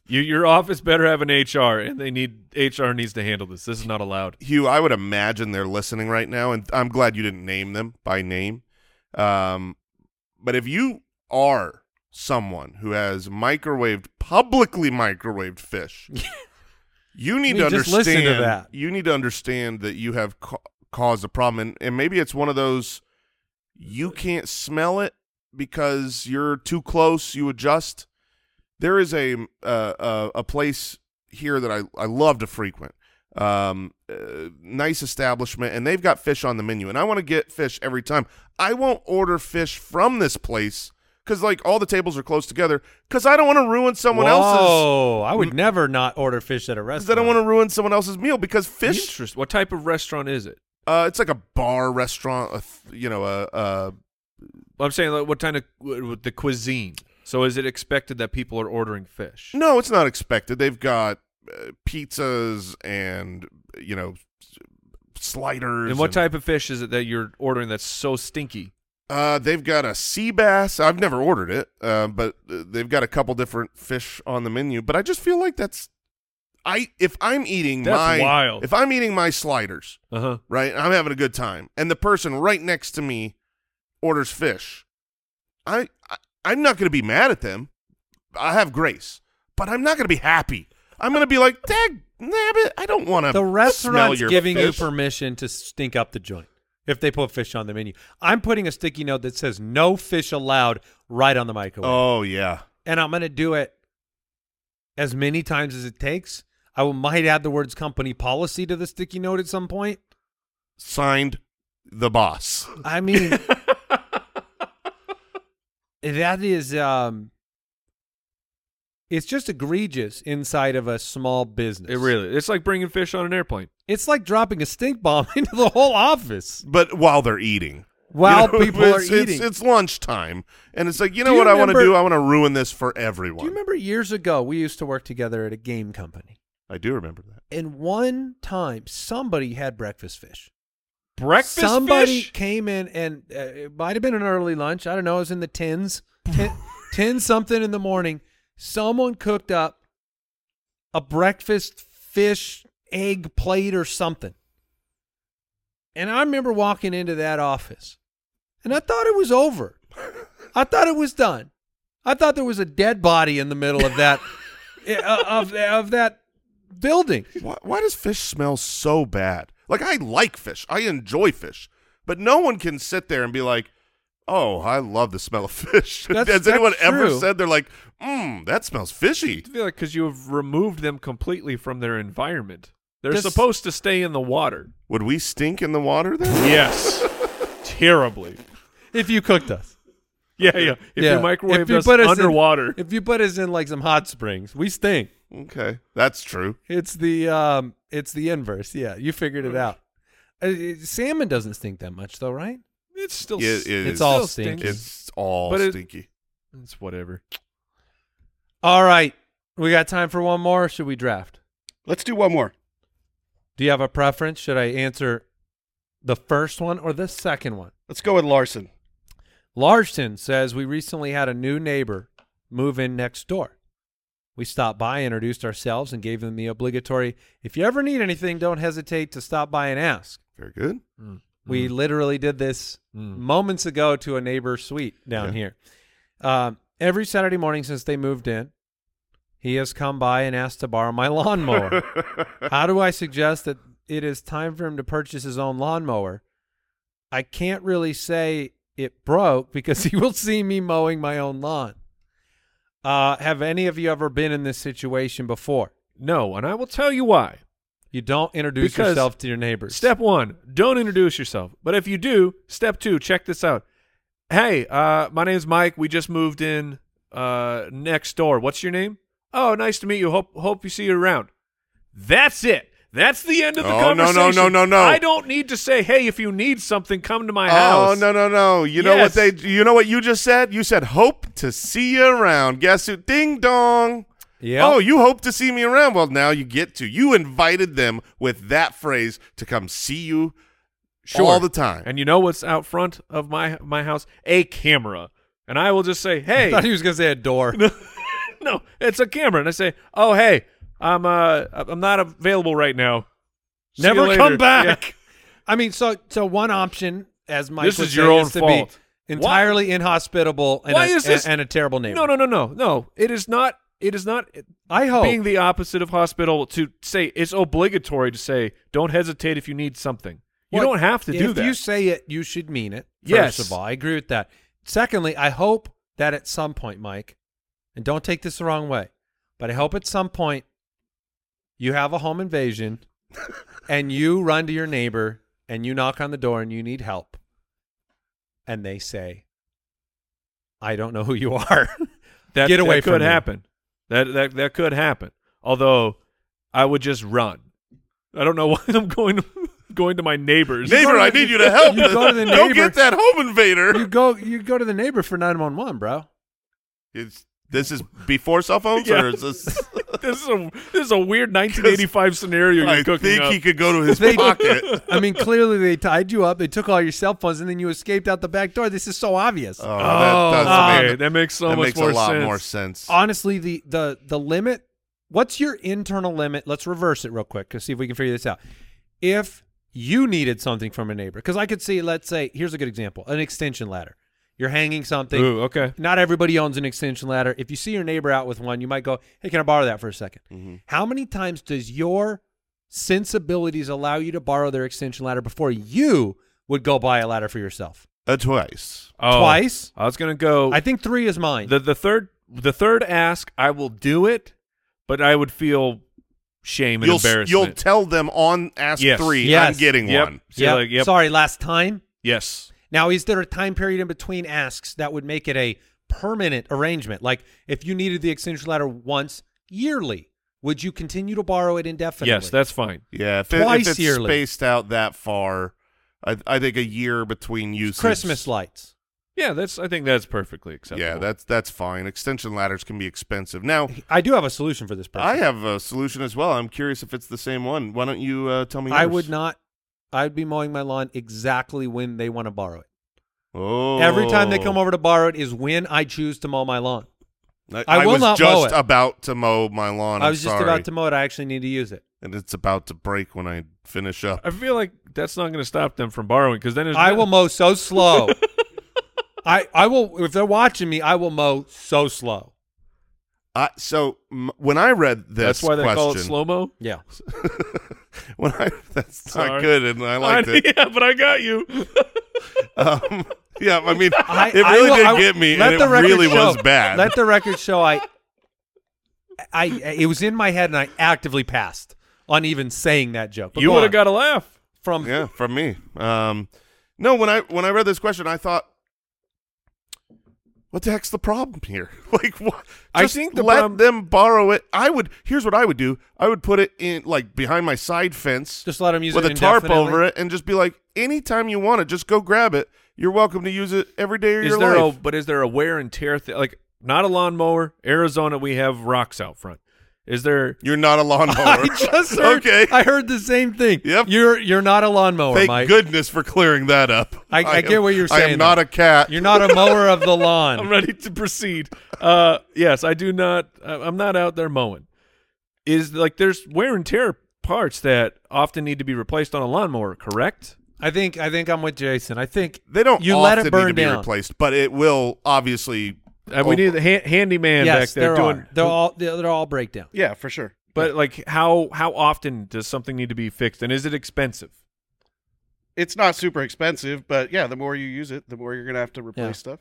Speaker 4: You, your office better have an HR, and they need HR needs to handle this. This is not allowed.
Speaker 6: Hugh, I would imagine they're listening right now, and I'm glad you didn't name them by name. Um, but if you are someone who has microwaved, publicly microwaved fish, you need
Speaker 3: mean,
Speaker 6: to
Speaker 3: just listen to
Speaker 6: understand.
Speaker 3: that.
Speaker 6: You need to understand that you have ca- caused a problem, and, and maybe it's one of those you can't smell it because you're too close. You adjust. There is a uh, a, a place here that I, I love to frequent. Um, uh, nice establishment, and they've got fish on the menu, and I want to get fish every time. I won't order fish from this place because like all the tables are close together because I don't want to ruin someone else's.
Speaker 3: Whoa! I would
Speaker 6: Mm.
Speaker 3: never not order fish at a
Speaker 6: Because
Speaker 3: restaurant.
Speaker 6: I don't want to ruin someone else's meal because fish
Speaker 4: Interest- What type of restaurant is it?
Speaker 6: Uh, it's like a bar restaurant, a th- you know, a, a
Speaker 4: Well, I'm saying, like, what kind of what- the cuisine? So, is it expected that people are ordering fish?
Speaker 6: no, it's not expected. They've got uh, pizzas and you know s- sliders.
Speaker 4: And what type of fish is it that you're ordering that's so stinky?
Speaker 6: Uh, they've got a sea bass. I've never ordered it, uh, but uh, they've got a couple different fish on the menu. But I just feel like that's I if I'm eating
Speaker 4: That's
Speaker 6: my
Speaker 4: wild.
Speaker 6: if I'm eating my sliders,
Speaker 4: Uh huh.
Speaker 6: right? I'm having a good time, and the person right next to me orders fish. I, I I'm not going to be mad at them. I have grace, but I'm not going to be happy. I'm going to be like, "Dag, nabbit, I don't want to."
Speaker 3: The restaurant's
Speaker 6: your
Speaker 3: giving
Speaker 6: fish."
Speaker 3: you permission to stink up the joint if they put fish on the menu. I'm putting a sticky note that says "No fish allowed" right on the microwave,
Speaker 6: Oh yeah,
Speaker 3: and I'm going to do it as many times as it takes. I will, might add the words "company policy" to the sticky note at some point.
Speaker 6: signed the boss.
Speaker 3: I mean, that is, um, it's just egregious inside of a small business.
Speaker 4: It really. It's like bringing fish on an airplane.
Speaker 3: it's like dropping a stink bomb into the whole office
Speaker 6: But while they're eating,
Speaker 3: while
Speaker 6: You know,
Speaker 3: people are
Speaker 6: it's,
Speaker 3: eating.
Speaker 6: it's, it's lunchtime, and it's like you know
Speaker 3: Do you
Speaker 6: what I want to
Speaker 3: remember-
Speaker 6: do? I want to ruin this for everyone.
Speaker 3: Do you remember years ago we used to work together at a game company?
Speaker 6: I do remember that.
Speaker 3: And one time somebody had breakfast fish.
Speaker 4: Breakfast
Speaker 3: somebody
Speaker 4: fish.
Speaker 3: came in and uh, it might have been an early lunch. I don't know. It was in the tens, ten, 10 something in the morning. Someone cooked up a breakfast fish egg plate or something. And I remember walking into that office and I thought it was over. I thought it was done. I thought there was a dead body in the middle of that uh, of of that building.
Speaker 6: Why, why does fish smell so bad? Like I like fish, I enjoy fish, but no one can sit there and be like, "Oh, I love the smell of fish."
Speaker 3: That's-
Speaker 6: Has anyone
Speaker 3: that's
Speaker 6: ever
Speaker 3: true.
Speaker 6: said they're like, "Mmm, that smells fishy"?
Speaker 4: I feel like because you have removed them completely from their environment. They're
Speaker 3: Does-
Speaker 4: supposed to stay in the water.
Speaker 6: Would we stink in the water then?
Speaker 4: Yes. Terribly.
Speaker 3: If you cooked us.
Speaker 4: Yeah, yeah. If
Speaker 3: Yeah.
Speaker 4: you microwave
Speaker 3: If you
Speaker 4: us
Speaker 3: put us in-
Speaker 4: underwater,
Speaker 3: If you put us in like some hot springs, we stink.
Speaker 6: Okay, that's true.
Speaker 3: It's the um, it's the inverse. Yeah, you figured it out. Uh, uh, salmon doesn't stink that much though, right?
Speaker 4: it, It's still
Speaker 6: Yeah,
Speaker 4: s-
Speaker 6: it
Speaker 3: It's
Speaker 6: is.
Speaker 3: all
Speaker 4: Still
Speaker 3: stinky.
Speaker 4: stinky.
Speaker 6: It's all
Speaker 4: But it-
Speaker 6: stinky.
Speaker 4: It's whatever.
Speaker 3: All right. We got time for one more. or Should we draft?
Speaker 5: Let's do one more.
Speaker 3: Do you have a preference? Should I answer the first one or the second one?
Speaker 5: Let's go with Larson.
Speaker 3: Larson says we recently had a new neighbor move in next door. We stopped by, introduced ourselves, and gave them the obligatory if you ever need anything, don't hesitate to stop by and ask.
Speaker 6: Very good.
Speaker 3: We literally did this
Speaker 4: Mm.
Speaker 3: moments ago to a neighbor suite down
Speaker 6: Yeah.
Speaker 3: here. Um, every Saturday morning since they moved in, he has come by and asked to borrow my lawnmower. How do I suggest that it is time for him to purchase his own lawnmower? I can't really say it broke because he will see me mowing my own lawn. Uh, have any of you ever been in this situation before?
Speaker 4: No, and I will tell you why.
Speaker 3: You don't introduce
Speaker 4: Because
Speaker 3: yourself to your neighbors.
Speaker 4: Step one, don't introduce yourself. But if you do, step two, check this out. Hey, uh, my name's Mike. We just moved in uh, next door. What's your name? Oh, nice to meet you. Hope hope you see you around. That's it. That's the end of the
Speaker 6: Oh, no, no,
Speaker 4: conversation.
Speaker 6: no, no, no.
Speaker 4: I don't need to say, hey, if you need something, come to my
Speaker 6: Oh
Speaker 4: house.
Speaker 6: no no no! You know
Speaker 4: Yes.
Speaker 6: what they? You know what you just said? You said hope to see you around. Guess who? Ding dong.
Speaker 3: Yep.
Speaker 6: Oh, you hope to see me around. Well, now you get to. You invited them with that phrase to come see you all the time.
Speaker 4: And you know what's out front of my my house? A camera. And I will just say,
Speaker 3: I
Speaker 4: hey.
Speaker 3: thought he was going to say a door.
Speaker 4: no, it's a camera, and I say, "Oh, hey, I'm uh, I'm not available right now. See you
Speaker 3: Never
Speaker 4: later."
Speaker 3: come
Speaker 4: Yeah.
Speaker 3: back. I mean, so so one option as Mike
Speaker 4: This
Speaker 3: would
Speaker 4: is
Speaker 3: say,
Speaker 4: your own
Speaker 3: to
Speaker 4: fault.
Speaker 3: be entirely inhospitable and
Speaker 4: Why
Speaker 3: a,
Speaker 4: is this-
Speaker 3: and a terrible neighbor.
Speaker 4: No, no, no, no, no. It is not. It is not
Speaker 3: I hope
Speaker 4: being the opposite of hospital to say it's obligatory to say don't hesitate if you need something. You
Speaker 3: Well,
Speaker 4: don't have to do
Speaker 3: if
Speaker 4: that.
Speaker 3: you say it, you should mean it. First
Speaker 4: Yes.
Speaker 3: of all, I agree with that. Secondly, I hope that at some point, Mike, and don't take this the wrong way, but I hope at some point you have a home invasion and you run to your neighbor and you knock on the door and you need help. And they say, I don't know who you are.
Speaker 4: that
Speaker 3: Get away
Speaker 4: that
Speaker 3: from
Speaker 4: could
Speaker 3: me.
Speaker 4: happen. That that that could happen. Although I would just run. I don't know why I'm going going to my neighbors.
Speaker 6: neighbor, I need you to help.
Speaker 3: you go to the
Speaker 6: Go
Speaker 3: neighbor-
Speaker 6: get that home invader.
Speaker 3: you go you go to the neighbor for 911, bro.
Speaker 6: It's, this is before cell phones,
Speaker 4: Yeah.
Speaker 6: or is this?
Speaker 4: this is a this is a weird 1985 scenario you're
Speaker 6: I
Speaker 4: cooking
Speaker 6: think
Speaker 4: up.
Speaker 6: he could go to his
Speaker 3: They-
Speaker 6: pocket. Oh,
Speaker 3: I mean, clearly they tied you up. They took all your cell phones, and then you escaped out the back door. This is so obvious.
Speaker 6: Oh, that, does
Speaker 4: okay,
Speaker 6: make,
Speaker 4: that makes so
Speaker 6: that
Speaker 4: much
Speaker 6: makes
Speaker 4: more
Speaker 6: a lot
Speaker 4: sense.
Speaker 6: more sense.
Speaker 3: Honestly, the the the limit. What's your internal limit? Let's reverse it real quick to see if we can figure this out. If you needed something from a neighbor, because I could see, let's say, here's a good example: an extension ladder. You're hanging something.
Speaker 4: Ooh, okay.
Speaker 3: Not everybody owns an extension ladder. If you see your neighbor out with one, you might go, "Hey, can I borrow that for a 2nd
Speaker 4: Mm-hmm.
Speaker 3: How many times does your sensibilities allow you to borrow their extension ladder before you would go buy a ladder for yourself?
Speaker 6: A twice.
Speaker 4: Oh,
Speaker 3: Twice?
Speaker 4: I was gonna go.
Speaker 3: I think three is mine.
Speaker 4: Oh. the the third the third ask. I will do it, but I would feel shame and
Speaker 6: You'll
Speaker 4: embarrassment.
Speaker 6: you'll tell them on ask
Speaker 4: Yes.
Speaker 6: three. I'm
Speaker 3: Yes.
Speaker 6: getting
Speaker 4: Yep.
Speaker 6: one.
Speaker 4: So you're like, yep.
Speaker 3: Sorry, last time.
Speaker 4: yes.
Speaker 3: Now, is there a time period in between asks that would make it a permanent arrangement? Like, if you needed the extension ladder once yearly, would you continue to borrow it indefinitely?
Speaker 4: Yes, that's fine.
Speaker 6: Yeah, if, it- if
Speaker 3: Twice
Speaker 6: it's
Speaker 3: yearly.
Speaker 6: spaced out that far, I, I think a year between uses.
Speaker 3: Christmas lights.
Speaker 4: Yeah, that's. I think that's perfectly acceptable.
Speaker 6: Yeah, that's that's fine. Extension ladders can be expensive. Now,
Speaker 3: I do have a solution for this person.
Speaker 6: I have a solution as well. I'm curious if it's the same one. Why don't you uh, tell me?
Speaker 3: I
Speaker 6: yours?
Speaker 3: would not. I would be mowing my lawn exactly when they want to borrow it.
Speaker 6: Oh,
Speaker 3: Every time they come over to borrow it is when I choose to mow my lawn.
Speaker 6: I,
Speaker 3: I will
Speaker 6: was
Speaker 3: not mow it.
Speaker 6: just about to mow my lawn.
Speaker 3: I
Speaker 6: I'm
Speaker 3: was just
Speaker 6: sorry.
Speaker 3: about to mow it. I actually need to use it.
Speaker 6: and it's about to break when I finish up.
Speaker 4: I feel like that's not going to stop them from borrowing because then there's
Speaker 3: I will mow so slow. I I will if they're watching me. I will mow so slow.
Speaker 6: I, so m- when I read this,
Speaker 4: That's why they
Speaker 6: question,
Speaker 4: call it slow mo.
Speaker 3: Yeah.
Speaker 6: When I, that's
Speaker 4: Sorry.
Speaker 6: not good, and I liked it.
Speaker 4: Yeah, but I got you.
Speaker 6: Um, yeah, I mean,
Speaker 3: I,
Speaker 6: it really
Speaker 3: I will-
Speaker 6: did
Speaker 3: I will-
Speaker 6: get me,
Speaker 3: let
Speaker 6: and it
Speaker 3: the record
Speaker 6: really
Speaker 3: show-
Speaker 6: was bad.
Speaker 3: Let the record show. I I it was in my head, and I actively passed on even saying that joke. But
Speaker 4: you
Speaker 3: go
Speaker 4: would
Speaker 3: on.
Speaker 4: have got a laugh.
Speaker 3: from
Speaker 6: yeah, from me. Um, no, when I when I read this question, I thought, what the heck's the problem here? like, what?
Speaker 4: I
Speaker 6: just
Speaker 4: think the
Speaker 6: let
Speaker 4: problem-
Speaker 6: them borrow it. I would. Here's what I would do. I would put it in like behind my side fence,
Speaker 3: just let them use
Speaker 6: with
Speaker 3: it
Speaker 6: a tarp
Speaker 3: indefinitely.
Speaker 6: over it, and just be like, anytime you want it, just go grab it. you're welcome to use it every day of
Speaker 4: Is
Speaker 6: your
Speaker 4: there
Speaker 6: life.
Speaker 4: a but is there a wear and tear thing? Like not a lawnmower. Arizona, we have rocks out front. Is there?
Speaker 6: you're not a lawnmower.
Speaker 3: I just heard,
Speaker 6: okay.
Speaker 3: I heard the same thing.
Speaker 6: Yep.
Speaker 3: You're you're not a lawnmower,
Speaker 6: Thank
Speaker 3: Mike.
Speaker 6: goodness for clearing that up.
Speaker 3: I- I get
Speaker 6: am-
Speaker 3: what you're
Speaker 6: I
Speaker 3: saying,
Speaker 6: am not
Speaker 3: though.
Speaker 6: a cat.
Speaker 3: You're not a mower of the
Speaker 4: I'm
Speaker 3: lawn.
Speaker 4: ready to proceed. Uh, yes, I do not. I- I'm not out there mowing. Is like there's wear and tear parts that often need to be replaced on a lawnmower. Correct.
Speaker 3: I think I think I'm with Jason. I think
Speaker 6: they don't
Speaker 3: you
Speaker 6: often
Speaker 3: let it burn
Speaker 6: need to
Speaker 3: down.
Speaker 6: be replaced, but it will obviously.
Speaker 4: Uh, we
Speaker 6: Oh.
Speaker 4: need the ha- handyman
Speaker 3: yes,
Speaker 4: back there
Speaker 3: there
Speaker 4: doing.
Speaker 3: are. They're all they're, they're all breakdown.
Speaker 5: Yeah, for sure.
Speaker 4: But like, how how often does something need to be fixed, and is it expensive?
Speaker 5: It's not super expensive, but yeah, the more you use it, the more you're gonna have to replace
Speaker 3: Yeah.
Speaker 5: stuff.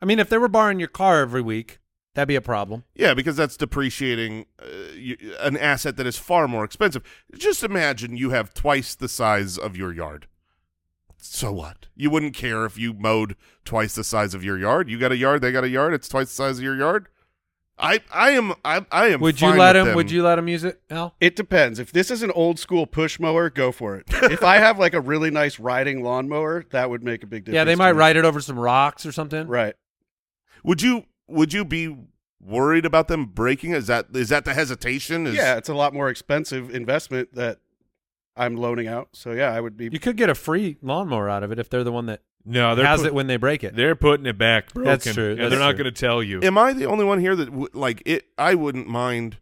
Speaker 3: I mean, if they were borrowing your car every week, that'd be a problem.
Speaker 6: Yeah, because that's depreciating uh, you, an asset that is far more expensive. Just imagine you have twice the size of your yard. So what? You wouldn't care if you mowed twice the size of your yard. You got a yard, they got a yard. It's twice the size of your yard. I I am I I am.
Speaker 3: Would you
Speaker 6: fine
Speaker 3: let
Speaker 6: with
Speaker 3: him?
Speaker 6: them.
Speaker 3: Would you let him use it, Al?
Speaker 5: It depends. If this is an old school push mower, go for it. if I have like a really nice riding lawnmower, that would make a big difference.
Speaker 3: Yeah, they might
Speaker 5: to me.
Speaker 3: ride it over some rocks or something.
Speaker 5: Right.
Speaker 6: Would you would you be worried about them breaking? Is that is that the hesitation? Is,
Speaker 5: Yeah, it's a lot more expensive investment that I'm loaning out. So yeah, I would be.
Speaker 3: You could get a free lawnmower out of it if they're the one that
Speaker 6: Oh,
Speaker 4: No, they're
Speaker 3: has
Speaker 4: put-
Speaker 3: it when they break it.
Speaker 4: They're putting it back. Broken,
Speaker 3: That's true,
Speaker 4: and
Speaker 3: that's
Speaker 4: they're not
Speaker 3: true.
Speaker 4: going to tell you.
Speaker 6: Am I the only one here that w- like it? I wouldn't mind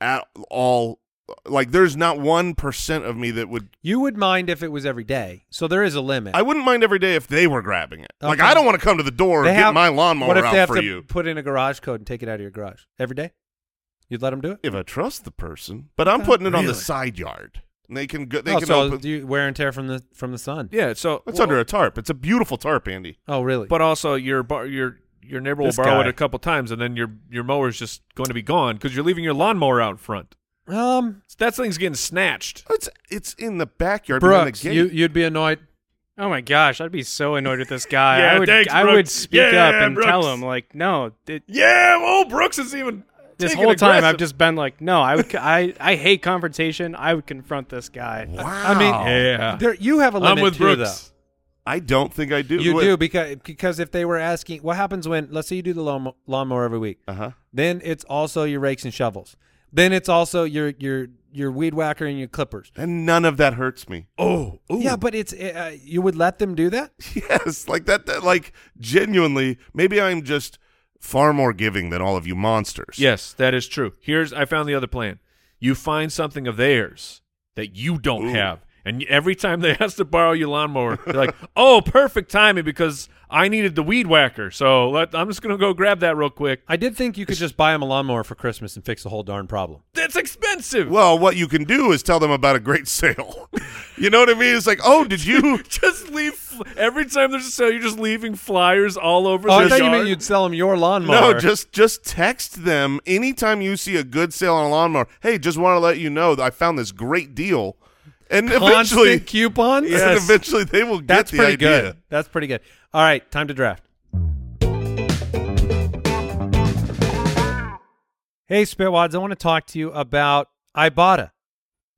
Speaker 6: at all. Like, there's not one percent of me that would.
Speaker 3: You would mind if it was every day, so there is a limit.
Speaker 6: I wouldn't mind every day if they were grabbing it. Like,
Speaker 3: Okay.
Speaker 6: I don't want to come to the door
Speaker 3: They
Speaker 6: and get
Speaker 3: have-
Speaker 6: my lawnmower
Speaker 3: what if
Speaker 6: out
Speaker 3: they have
Speaker 6: for
Speaker 3: to
Speaker 6: you.
Speaker 3: Put in a garage code and take it out of your garage every day. You'd let them do it.
Speaker 6: If I trust the person, but I'm putting it on the
Speaker 4: Really?
Speaker 6: side yard. And They can go. They
Speaker 3: oh,
Speaker 6: can
Speaker 3: so
Speaker 6: open.
Speaker 3: do you wear and tear from the from the sun.
Speaker 4: yeah. So
Speaker 6: It's
Speaker 4: well,
Speaker 6: under a tarp. It's a beautiful tarp, Andy.
Speaker 3: Oh, really?
Speaker 4: But also, your bar, your your neighbor will
Speaker 3: This
Speaker 4: borrow
Speaker 3: guy.
Speaker 4: it a couple times, and then your your mower's just going to be gone because you're leaving your lawnmower out front.
Speaker 3: um,
Speaker 4: So that thing's getting snatched.
Speaker 6: It's it's in the backyard. behind
Speaker 3: Brooks,
Speaker 6: the gate.
Speaker 3: you you'd be annoyed.
Speaker 7: Oh my gosh, I'd be so annoyed at this guy.
Speaker 4: Yeah,
Speaker 7: I would
Speaker 4: thanks,
Speaker 7: I
Speaker 4: Brooks.
Speaker 7: would speak
Speaker 4: Yeah,
Speaker 7: up and tell
Speaker 4: Brooks.
Speaker 7: him like, no, it,
Speaker 4: yeah. Well, Brooks is even
Speaker 7: this
Speaker 4: taking
Speaker 7: whole time I've
Speaker 4: aggressive-
Speaker 7: just been like, no, I would I I hate confrontation. I would confront this guy.
Speaker 6: Wow.
Speaker 3: I mean,
Speaker 6: Oh.
Speaker 3: eh,
Speaker 4: yeah.
Speaker 3: There, you have a limit
Speaker 4: I'm with
Speaker 3: too,
Speaker 4: Brooks.
Speaker 6: I don't think I do.
Speaker 3: though. You do because because if they were asking, what happens when let's say you do the lawn, lawnmower every week,
Speaker 6: Uh huh.
Speaker 3: then it's also your rakes and shovels, then it's also your your your weed whacker and your clippers.
Speaker 6: And none of that hurts me.
Speaker 4: Oh, ooh.
Speaker 3: Yeah, but it's uh, you would let them do that.
Speaker 6: Yes, like that, that. Like genuinely, maybe I'm just far more giving than all of you monsters.
Speaker 4: Yes, that is true. Here's I found the other plan. You find something of theirs that you don't
Speaker 6: Ooh.
Speaker 4: have. And every time they ask to borrow your lawnmower, they're like, "Oh, perfect timing because I needed the weed whacker, so let, I'm just gonna go grab that real quick."
Speaker 3: I did think you could just buy them a lawnmower for Christmas and fix the whole darn problem.
Speaker 4: That's expensive.
Speaker 6: Well, what you can do is tell them about a great sale. you know what I mean? It's like, oh, did you?
Speaker 4: just leave fl- every time there's a sale, you're just leaving flyers all over
Speaker 3: Oh,
Speaker 4: the
Speaker 3: I thought
Speaker 4: yard.
Speaker 3: you meant you'd sell them your lawnmower.
Speaker 6: No, just just text them anytime you see a good sale on a lawnmower. Hey, just want to let you know that I found this great deal, and
Speaker 3: constant
Speaker 6: eventually,
Speaker 3: coupons.
Speaker 6: and eventually they will get
Speaker 3: That's
Speaker 6: the
Speaker 3: pretty
Speaker 6: idea.
Speaker 3: good. That's pretty good. All right, time to draft. Hey, Spitwads, I want to talk to you about Ibotta.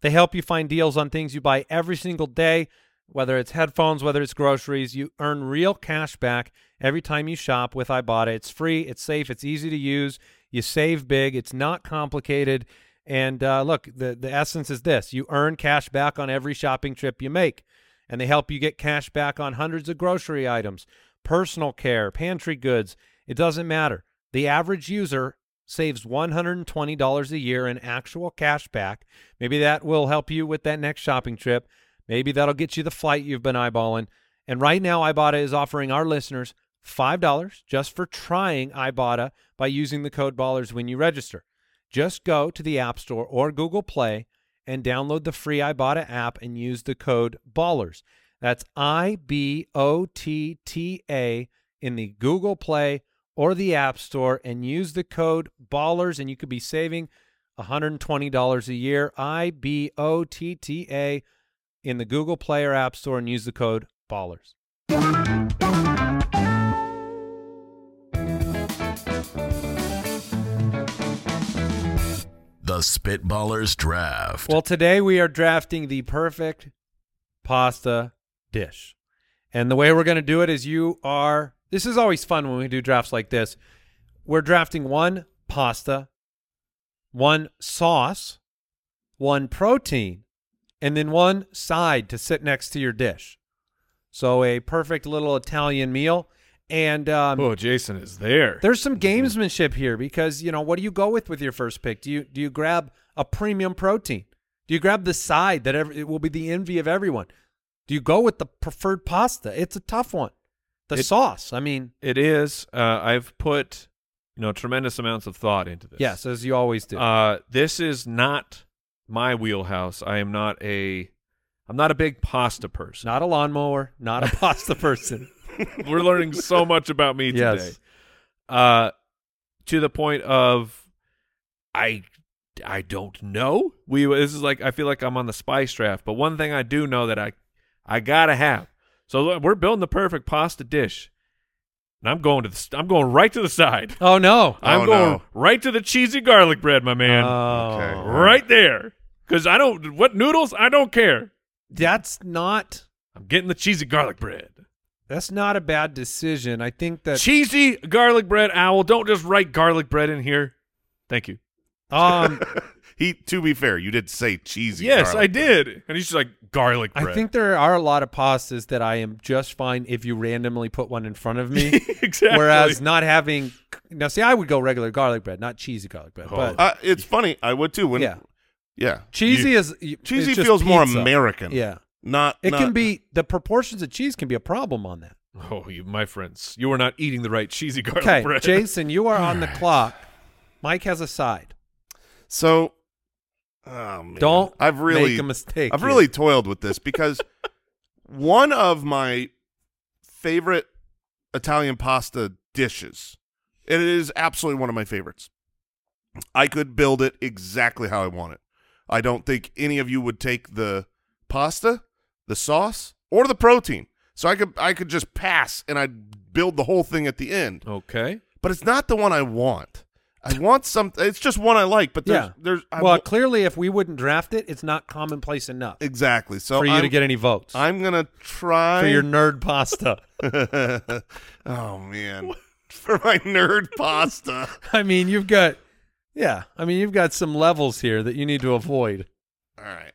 Speaker 3: They help you find deals on things you buy every single day, whether it's headphones, whether it's groceries. You earn real cash back every time you shop with Ibotta. It's free, it's safe, it's easy to use. You save big, it's not complicated. And uh, look, the, the essence is this you earn cash back on every shopping trip you make and they help you get cash back on hundreds of grocery items, personal care, pantry goods. It doesn't matter. The average user saves $120 a year in actual cash back. Maybe that will help you with that next shopping trip. Maybe that'll get you the flight you've been eyeballing. And right now, Ibotta is offering our listeners $5 just for trying Ibotta by using the code BALLERS when you register. Just go to the App Store or Google Play and download the free Ibotta app and use the code BALLERS. That's I B O T T A in the Google Play or the App Store and use the code BALLERS and you could be saving $120 a year. I B O T T A in the Google Play or App Store and use the code BALLERS.
Speaker 1: The Spitballers Draft.
Speaker 3: Well, today we are drafting the perfect pasta dish. And the way we're going to do it is you are. This is always fun when we do drafts like this. We're drafting one pasta, one sauce, one protein, and then one side to sit next to your dish. So a perfect little Italian meal. And um,
Speaker 4: oh, Jason is there.
Speaker 3: there's some gamesmanship here because you know what do you go with with your first pick? Do you do you grab a premium protein? Do you grab the side that ever, it will be the envy of everyone? Do you go with the preferred pasta? It's a tough one. The
Speaker 4: It-
Speaker 3: sauce. I mean,
Speaker 4: It is. Uh, I've put you know tremendous amounts of thought into this.
Speaker 3: yes, as you always do.
Speaker 4: Uh, this is not my wheelhouse. I am not a. I'm not a big pasta person.
Speaker 3: not a lawnmower. Not a pasta person.
Speaker 4: We're learning so much about me
Speaker 3: Yes.
Speaker 4: today. Uh, to the point of, I, I don't know. We this is like I feel like I'm on the spice draft, but one thing I do know that I, I gotta have. So look, we're building the perfect pasta dish, and I'm going to the. st- I'm going right to the side.
Speaker 3: Oh no.
Speaker 4: I'm
Speaker 6: Oh,
Speaker 4: going
Speaker 6: no.
Speaker 4: right to the cheesy garlic bread, my man.
Speaker 3: Oh.
Speaker 6: Okay.
Speaker 4: right there, because I don't what noodles. I don't care.
Speaker 3: That's not.
Speaker 4: I'm getting the cheesy garlic bread.
Speaker 3: That's not a bad decision. I think that.
Speaker 4: cheesy garlic bread owl. Don't just write garlic bread in here. Thank you.
Speaker 3: Um.
Speaker 6: He to be fair, you did say cheesy.
Speaker 4: yes,
Speaker 6: garlic.
Speaker 4: I did. And he's just like garlic bread.
Speaker 3: I think there are a lot of pastas that I am just fine if you randomly put one in front of me.
Speaker 4: exactly.
Speaker 3: Whereas not having now, see, I would go regular garlic bread, not cheesy garlic bread. But
Speaker 6: Uh, it's funny. I would too. When,
Speaker 3: yeah,
Speaker 6: yeah, yeah.
Speaker 3: cheesy
Speaker 6: You-
Speaker 3: is you-
Speaker 6: cheesy
Speaker 3: it's just
Speaker 6: feels more
Speaker 3: pizza.
Speaker 6: American.
Speaker 3: Yeah,
Speaker 6: not.
Speaker 3: it
Speaker 6: not-
Speaker 3: can be the proportions of cheese can be a problem on that.
Speaker 4: Oh, you, my friends, you are not eating the right cheesy garlic
Speaker 3: Okay,
Speaker 4: bread.
Speaker 3: Jason, you are on the clock. Mike has a side.
Speaker 6: So, oh, man.
Speaker 3: Don't
Speaker 6: I've really
Speaker 3: make a mistake
Speaker 6: I've
Speaker 3: here.
Speaker 6: really toiled with this because one of my favorite Italian pasta dishes. It is absolutely one of my favorites. I could build it exactly how I want it. I don't think any of you would take the pasta, the sauce, or the protein. So I could I could just pass and I'd build the whole thing at the end
Speaker 4: Okay.
Speaker 6: but it's not the one I want. I want something. It's just one I like, but there's,
Speaker 3: yeah.
Speaker 6: there's I
Speaker 3: well,
Speaker 6: wa-
Speaker 3: clearly, if we wouldn't draft it, it's not commonplace enough
Speaker 6: exactly. So
Speaker 3: for you
Speaker 6: I'm,
Speaker 3: to get any votes
Speaker 6: I'm gonna try
Speaker 3: for your nerd pasta.
Speaker 6: oh man, for my nerd pasta.
Speaker 3: I mean, you've got, yeah. I mean, you've got some levels here that you need to avoid,
Speaker 6: All right.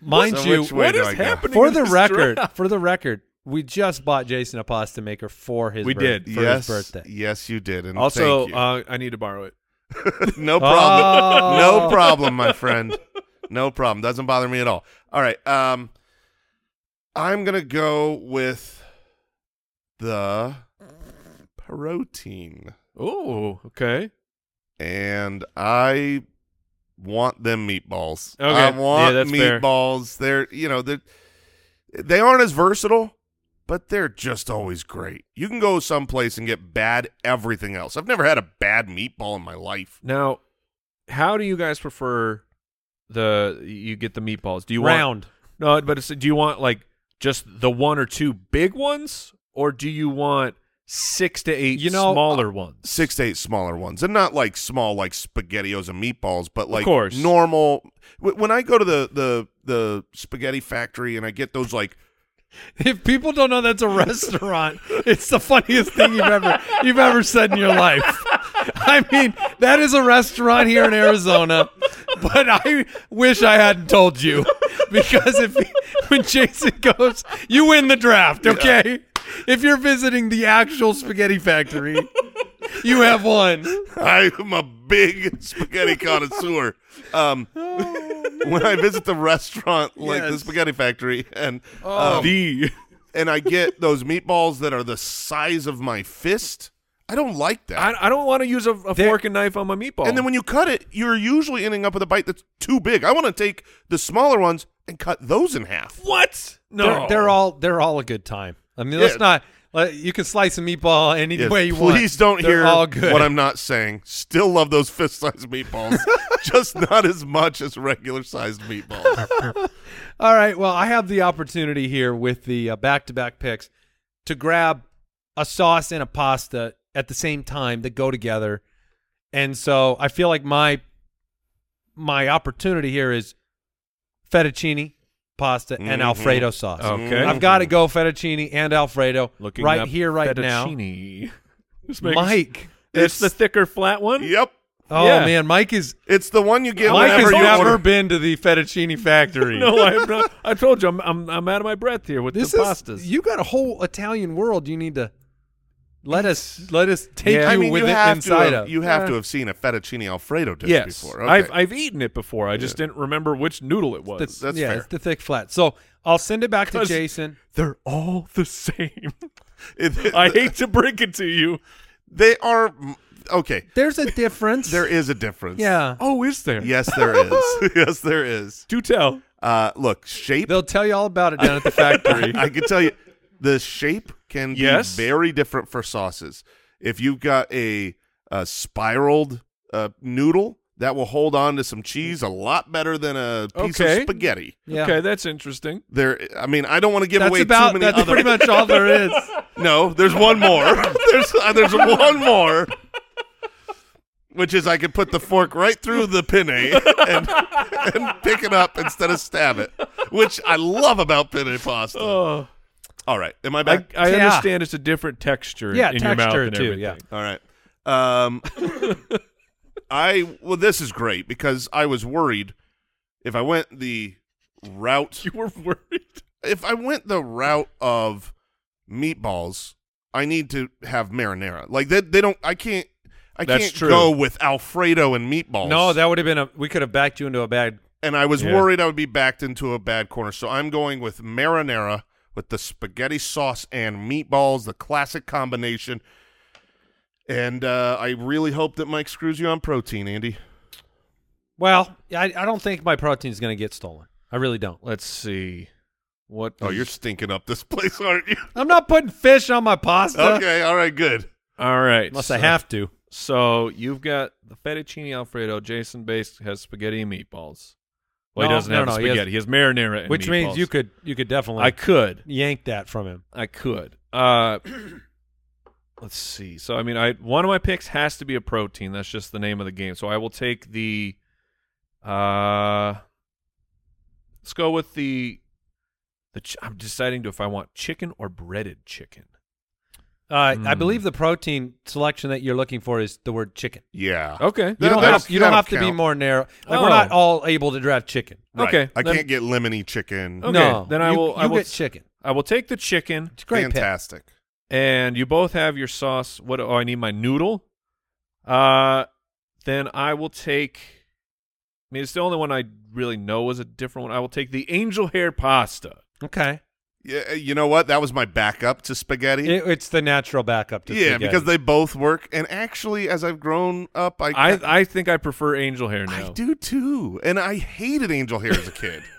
Speaker 3: mind
Speaker 6: So
Speaker 3: you.
Speaker 6: which way
Speaker 4: what
Speaker 6: do
Speaker 4: is
Speaker 6: I go?
Speaker 4: happening?
Speaker 3: for
Speaker 4: in
Speaker 3: the
Speaker 4: this
Speaker 3: record,
Speaker 4: draft?
Speaker 3: for the record, we just bought Jason a pasta maker for his
Speaker 4: We did.
Speaker 3: birth- for his
Speaker 6: yes,
Speaker 3: birthday.
Speaker 6: yes, you did, and
Speaker 4: Also,
Speaker 6: thank you.
Speaker 4: uh, I need to borrow it.
Speaker 6: no problem,
Speaker 3: Oh.
Speaker 6: no problem, my friend, no problem. Doesn't bother me at all. All right, um, I'm gonna go with the protein.
Speaker 4: Oh, okay.
Speaker 6: and I want them meatballs.
Speaker 4: Okay.
Speaker 6: I
Speaker 4: Yeah,
Speaker 6: want
Speaker 4: that's fair.
Speaker 6: meatballs. They're you know they they aren't as versatile, but they're just always great. You can go someplace and get bad everything else. I've never had a bad meatball in my life.
Speaker 4: Now, how do you guys prefer the you get the meatballs? Do you want
Speaker 3: Round.
Speaker 4: No, but it's, do you want like just the one or two big ones, or do you want six to eight
Speaker 3: You know, uh,
Speaker 4: smaller ones?
Speaker 6: Six to eight smaller ones, and not like small like spaghettios and meatballs, but like
Speaker 4: course.
Speaker 6: normal. wh- When I go to the the the spaghetti factory and I get those like
Speaker 3: If people don't know that's a restaurant, it's the funniest thing you've ever you've ever said in your life. I mean, that is a restaurant here in Arizona, but I wish I hadn't told you because if when Jason goes, you win the draft, okay? If you're visiting the actual spaghetti factory, you have won.
Speaker 6: I'm a big spaghetti connoisseur. Um, when I visit the restaurant, like the
Speaker 3: Yes.
Speaker 6: spaghetti factory, and um,
Speaker 4: Oh. the
Speaker 6: and I get those meatballs that are the size of my fist, I don't like that.
Speaker 4: I, I don't want to use a, a fork and knife on my meatball.
Speaker 6: and then when you cut it, you're usually ending up with a bite that's too big. I want to take the smaller ones and cut those in half.
Speaker 4: what? No,
Speaker 3: They're, they're all they're all a good time. I mean,
Speaker 6: Yeah.
Speaker 3: let's not. Let, you can slice a meatball any
Speaker 6: Yes,
Speaker 3: way you
Speaker 6: please
Speaker 3: want.
Speaker 6: don't
Speaker 3: They're
Speaker 6: hear
Speaker 3: all good.
Speaker 6: what I'm not saying. Still love those fist-sized meatballs, just not as much as regular-sized meatballs.
Speaker 3: All right. Well, I have the opportunity here with the uh, back-to-back picks to grab a sauce and a pasta at the same time that go together, and so I feel like my my opportunity here is fettuccine pasta and Alfredo sauce.
Speaker 4: Okay.
Speaker 3: I've got to go fettuccine and Alfredo
Speaker 4: Looking
Speaker 3: Mm. right
Speaker 4: up
Speaker 3: here, right now.
Speaker 4: fettuccine. Just making-
Speaker 3: Mike.
Speaker 4: it's the thicker flat one.
Speaker 6: Yep.
Speaker 3: Oh
Speaker 4: Yeah.
Speaker 3: man, Mike is
Speaker 6: It's the one you get
Speaker 3: Mike
Speaker 6: whenever
Speaker 3: has
Speaker 6: you
Speaker 3: never
Speaker 6: order.
Speaker 3: been to the fettuccine factory.
Speaker 4: No, I am not. I told you Oh, I'm, I'm I'm out of my breath here with
Speaker 3: this
Speaker 4: the
Speaker 3: is
Speaker 4: pastas.
Speaker 3: you got a whole Italian world. You need to let us let us take
Speaker 4: Yeah.
Speaker 3: you
Speaker 6: I mean,
Speaker 3: with
Speaker 6: you
Speaker 3: it
Speaker 6: have
Speaker 3: inside
Speaker 6: to have,
Speaker 3: of.
Speaker 6: you have to have seen a fettuccine alfredo dish
Speaker 4: yes,
Speaker 6: before.
Speaker 4: I've
Speaker 6: Okay.
Speaker 4: I've eaten it before. I just didn't remember which noodle it
Speaker 3: It's-
Speaker 4: was.
Speaker 6: that's
Speaker 3: yeah,
Speaker 6: fair.
Speaker 3: it's the thick flat. So I'll send it back to
Speaker 4: 'Cause-
Speaker 3: Jason.
Speaker 4: They're all the same.
Speaker 6: It-
Speaker 4: I hate to break it to you.
Speaker 6: they are okay.
Speaker 3: There's a difference.
Speaker 6: There is a difference.
Speaker 3: yeah.
Speaker 4: Oh, is there?
Speaker 6: Yes, there is. yes, there is.
Speaker 4: Do tell.
Speaker 6: Uh, look, shape.
Speaker 3: They'll tell you all about it down at the factory.
Speaker 6: I can tell you, the shape can
Speaker 4: Yes.
Speaker 6: be very different for sauces. If you've got a, a spiraled uh, noodle, that will hold on to some cheese a lot better than a piece
Speaker 4: Okay.
Speaker 6: of spaghetti.
Speaker 3: Yeah.
Speaker 4: Okay, that's interesting.
Speaker 6: There, I mean, I don't want to give
Speaker 3: That's
Speaker 6: away
Speaker 3: about
Speaker 6: too many.
Speaker 3: that's
Speaker 6: other-
Speaker 3: pretty much all there is.
Speaker 6: No, there's one more. there's uh, there's one more, which is I could put the fork right through the pinne and, and pick it up instead of stab it, which I love about pinne pasta.
Speaker 4: Oh,
Speaker 6: All right, am I
Speaker 4: I,
Speaker 6: back?
Speaker 4: I
Speaker 3: Uh, Yeah.
Speaker 4: understand it's a different texture.
Speaker 3: Yeah,
Speaker 4: in your mouth
Speaker 3: texture
Speaker 4: and
Speaker 3: too,
Speaker 4: everything.
Speaker 3: yeah.
Speaker 6: All right. Um, I well, this is great because I was worried if I went the route
Speaker 4: You were worried.
Speaker 6: if I went the route of meatballs, I need to have marinara. Like they they don't I can't I
Speaker 4: That's
Speaker 6: can't
Speaker 4: true.
Speaker 6: go with Alfredo and meatballs.
Speaker 3: No, that would have been a we could have backed you into a bad
Speaker 6: and I was
Speaker 4: Yeah.
Speaker 6: worried I would be backed into a bad corner. So I'm going with marinara with the spaghetti sauce and meatballs, the classic combination. And uh, I really hope that Mike screws you on protein, Andy.
Speaker 3: Well, I, I don't think my protein's going to get stolen. I really don't.
Speaker 4: Let's see. What?
Speaker 6: Oh, you're stinking up this place, aren't you?
Speaker 3: I'm not putting fish on my pasta
Speaker 6: Okay, all right, good.
Speaker 4: all right.
Speaker 3: unless
Speaker 4: so,
Speaker 3: I have to.
Speaker 4: So you've got the fettuccine alfredo. Jason Base has spaghetti and meatballs. Well,
Speaker 3: No,
Speaker 4: he doesn't
Speaker 3: no,
Speaker 4: have
Speaker 3: no, he has-
Speaker 4: spaghetti. He has, marinara, and
Speaker 3: Which means
Speaker 4: meatballs.
Speaker 3: you could you could definitely
Speaker 4: I could.
Speaker 3: yank that from him.
Speaker 4: I could. Uh, let's see. So I mean, I one of my picks has to be a protein. That's just the name of the game. So I will take the. Uh, let's go with the. The ch- I'm deciding to if I want chicken or breaded chicken.
Speaker 3: Uh, I
Speaker 6: Hmm.
Speaker 4: Mm.
Speaker 3: believe the protein selection that you're looking for is the word chicken.
Speaker 6: Yeah.
Speaker 4: Okay.
Speaker 3: You
Speaker 6: That-
Speaker 3: don't
Speaker 6: that's-
Speaker 3: have you don't
Speaker 6: that'll
Speaker 3: have to be
Speaker 6: count.
Speaker 3: more narrow. Like we're
Speaker 4: Oh.
Speaker 3: not all able to draft chicken.
Speaker 6: Right.
Speaker 4: Okay, Oh,
Speaker 6: I
Speaker 4: then-
Speaker 6: can't get lemony chicken.
Speaker 4: Okay,
Speaker 3: no,
Speaker 4: then I
Speaker 3: you,
Speaker 4: will-
Speaker 3: You
Speaker 4: I will
Speaker 3: get
Speaker 4: s-
Speaker 3: chicken.
Speaker 4: I will take the chicken,
Speaker 3: It's a great pick.
Speaker 6: Fantastic.
Speaker 4: and you both have your sauce. What? Oh, I need my noodle. Uh, then I will take. I mean, it's the only one I really know was a different one. I will take the angel hair pasta.
Speaker 3: Okay,
Speaker 6: Yeah, eh, you know what? That was my backup to spaghetti.
Speaker 3: It- it's the natural backup. To
Speaker 6: yeah,
Speaker 3: spaghetti.
Speaker 6: because they both work. And actually, as I've grown up, I
Speaker 4: I I think I prefer angel hair
Speaker 6: I
Speaker 4: now.
Speaker 6: do too. And I hated angel hair as a kid.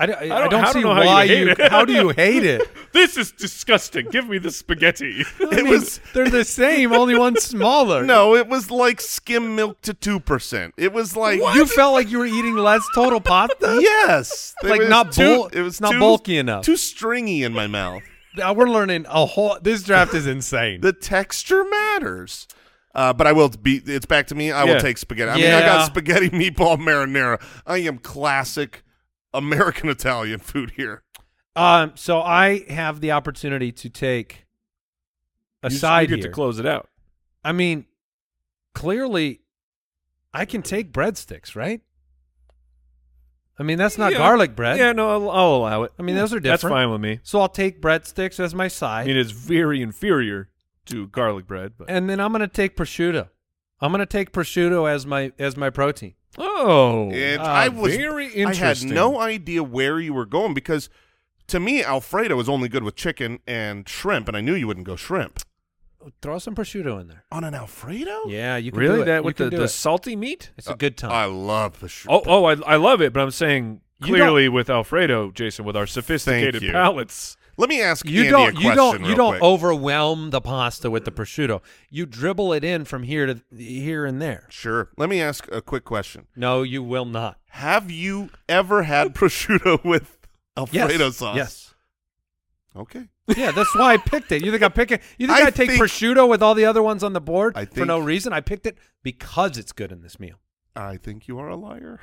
Speaker 3: I, d- I
Speaker 4: don't-
Speaker 3: don't
Speaker 4: I don't
Speaker 3: see
Speaker 4: know how you
Speaker 3: why
Speaker 4: hate
Speaker 3: you
Speaker 4: it.
Speaker 3: how do you hate it?
Speaker 4: This is disgusting. Give me the spaghetti.
Speaker 3: I mean,
Speaker 6: was-
Speaker 3: they're the same, only one's smaller.
Speaker 6: no, it was like skim milk to two percent. It was like
Speaker 3: You felt like you were eating less total pasta?
Speaker 6: yes, They
Speaker 3: Like
Speaker 6: was
Speaker 3: not
Speaker 6: too-
Speaker 3: bul-
Speaker 6: It was
Speaker 3: not
Speaker 6: too-
Speaker 3: bulky enough.
Speaker 6: Too stringy in my mouth.
Speaker 3: Uh, We're learning a whole. This draft is insane.
Speaker 6: The texture matters. Uh, but I will be. It's back to me. I
Speaker 4: Yeah.
Speaker 6: will take spaghetti. I mean, I
Speaker 3: Yeah.
Speaker 6: got spaghetti, meatball, marinara. I am classic American Italian food here.
Speaker 3: Um, so I have the opportunity to take a side
Speaker 4: you
Speaker 3: here.
Speaker 4: get to close it out.
Speaker 3: I mean, clearly, I can take breadsticks, right? I mean, that's not
Speaker 4: Yeah.
Speaker 3: garlic bread.
Speaker 4: Yeah, no, I'll, I'll allow it.
Speaker 3: I mean, those are
Speaker 4: That's
Speaker 3: different.
Speaker 4: fine with me.
Speaker 3: So I'll take breadsticks as my
Speaker 4: I
Speaker 3: side,
Speaker 4: mean, it's very inferior to garlic bread, but
Speaker 3: and then I'm gonna take prosciutto. I'm gonna take prosciutto as my as my protein.
Speaker 4: oh,
Speaker 6: And
Speaker 3: Uh,
Speaker 6: I was
Speaker 4: very
Speaker 6: I had
Speaker 4: interesting.
Speaker 6: no idea where you were going because to me Alfredo is only good with chicken and shrimp, and I knew you wouldn't go shrimp
Speaker 3: Throw some prosciutto in there.
Speaker 6: on an Alfredo.
Speaker 3: Yeah, you can do
Speaker 4: Oh. really
Speaker 3: it.
Speaker 4: that
Speaker 3: You
Speaker 4: with
Speaker 3: can
Speaker 4: the,
Speaker 3: do
Speaker 4: the
Speaker 3: it.
Speaker 4: salty meat?
Speaker 3: It's a good time.
Speaker 6: Uh, I love the shrimp.
Speaker 4: Oh, oh, I, I love it, but I'm saying
Speaker 3: You don't-
Speaker 4: clearly with Alfredo, Jason, with our sophisticated
Speaker 6: you.
Speaker 4: palates.
Speaker 6: let me ask
Speaker 3: you
Speaker 6: Andy
Speaker 3: don't
Speaker 6: a question
Speaker 3: you don't you
Speaker 6: real
Speaker 3: don't
Speaker 6: quick.
Speaker 3: overwhelm the pasta with the prosciutto. You dribble it in from here to here and there.
Speaker 6: Sure. Let me ask a quick question.
Speaker 3: No, you will not.
Speaker 6: Have you ever had prosciutto with
Speaker 3: Yes.
Speaker 6: Alfredo sauce?
Speaker 3: Yes.
Speaker 6: Okay.
Speaker 3: Yeah, that's why I picked it. You think I pick it? You think I,
Speaker 6: I
Speaker 3: take
Speaker 6: think-
Speaker 3: prosciutto with all the other ones on the board
Speaker 6: I
Speaker 3: for
Speaker 6: think-
Speaker 3: no reason? I picked it because it's good in this meal.
Speaker 6: I think you are a liar.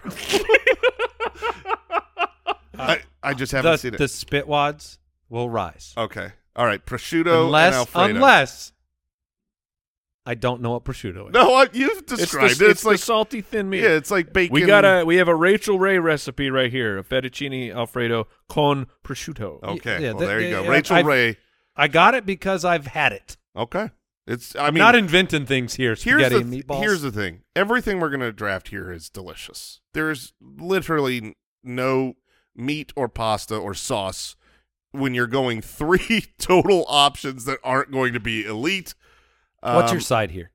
Speaker 6: I, I just haven't
Speaker 3: The,
Speaker 6: seen it.
Speaker 3: the spit wads will rise.
Speaker 6: okay. All right. Prosciutto and
Speaker 3: unless,
Speaker 6: Alfredo.
Speaker 3: unless I don't know what prosciutto is.
Speaker 6: No, I, you've described
Speaker 4: it's the,
Speaker 6: it.
Speaker 4: it's the
Speaker 6: like
Speaker 4: salty thin meat.
Speaker 6: yeah, it's like bacon.
Speaker 4: we got a we have a Rachel Ray recipe right here: a fettuccine alfredo con prosciutto.
Speaker 6: Okay.
Speaker 3: Yeah,
Speaker 6: well,
Speaker 3: the-
Speaker 6: there you
Speaker 3: the-
Speaker 6: go.
Speaker 3: yeah,
Speaker 6: Rachel
Speaker 3: I've-
Speaker 6: Ray.
Speaker 3: I got it because I've had it.
Speaker 6: Okay. It's. I
Speaker 3: I'm
Speaker 6: mean,
Speaker 3: not inventing things here. Spaghetti
Speaker 6: here's the,
Speaker 3: and meatballs.
Speaker 6: here's the thing. Everything we're gonna draft here is delicious. There's literally no meat or pasta or sauce when you're going three total options that aren't going to be elite.
Speaker 3: What's
Speaker 6: Um,
Speaker 3: your side here?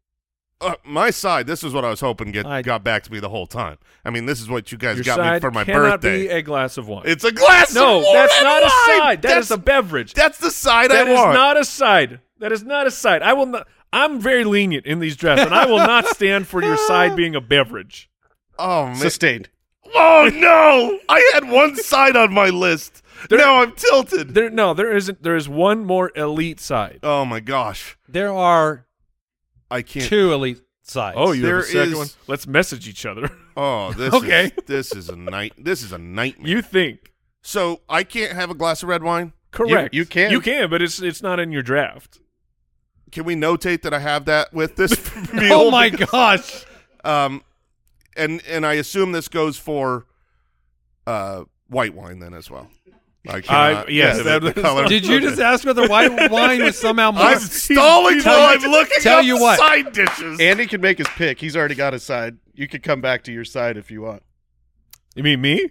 Speaker 6: uh, my side? This is what I was hoping get
Speaker 3: I-
Speaker 6: got back to me the whole time. I mean, this is what you guys
Speaker 4: Your
Speaker 6: got
Speaker 4: side
Speaker 6: me for my
Speaker 4: cannot
Speaker 6: birthday.
Speaker 4: be a glass of wine.
Speaker 6: it's a glass.
Speaker 4: no,
Speaker 6: of water
Speaker 4: that's
Speaker 6: and
Speaker 4: not a
Speaker 6: wine!
Speaker 4: side.
Speaker 6: that's,
Speaker 4: that's a beverage.
Speaker 6: That's the side
Speaker 4: That
Speaker 6: I
Speaker 4: is
Speaker 6: want.
Speaker 4: not a side. That is not a side. I will not. I'm very lenient in these drafts, and I will not stand for your side being a beverage.
Speaker 6: oh man.
Speaker 5: Sustained.
Speaker 6: oh no! I had one side on my list. now I'm tilted.
Speaker 4: There, no, there isn't. There is one more elite side.
Speaker 6: Oh my gosh.
Speaker 3: There are
Speaker 6: I can't.
Speaker 3: two elite sides.
Speaker 4: Oh, you
Speaker 6: There
Speaker 4: have a second
Speaker 6: is-
Speaker 4: one. Let's message each other.
Speaker 6: Oh, this
Speaker 4: Okay.
Speaker 6: Is, this is a night. This is a nightmare.
Speaker 4: you think
Speaker 6: so I can't have a glass of red wine.
Speaker 4: correct?
Speaker 5: you can.
Speaker 4: You can, but it's it's not in your draft.
Speaker 6: Can we notate that I have that with this meal?
Speaker 3: Oh my gosh.
Speaker 6: Um, and and I assume this goes for, uh, white wine then as well. I cannot,
Speaker 4: yes,
Speaker 6: the-
Speaker 4: that
Speaker 6: the
Speaker 4: was-
Speaker 6: color-
Speaker 3: Did you just ask whether white wine was somehow more?
Speaker 6: I'm stalling while I'm looking
Speaker 3: tell
Speaker 6: up
Speaker 3: you what.
Speaker 6: side dishes.
Speaker 5: Andy can make his pick. He's already got his side. You could come back to your side if you want.
Speaker 4: You mean me?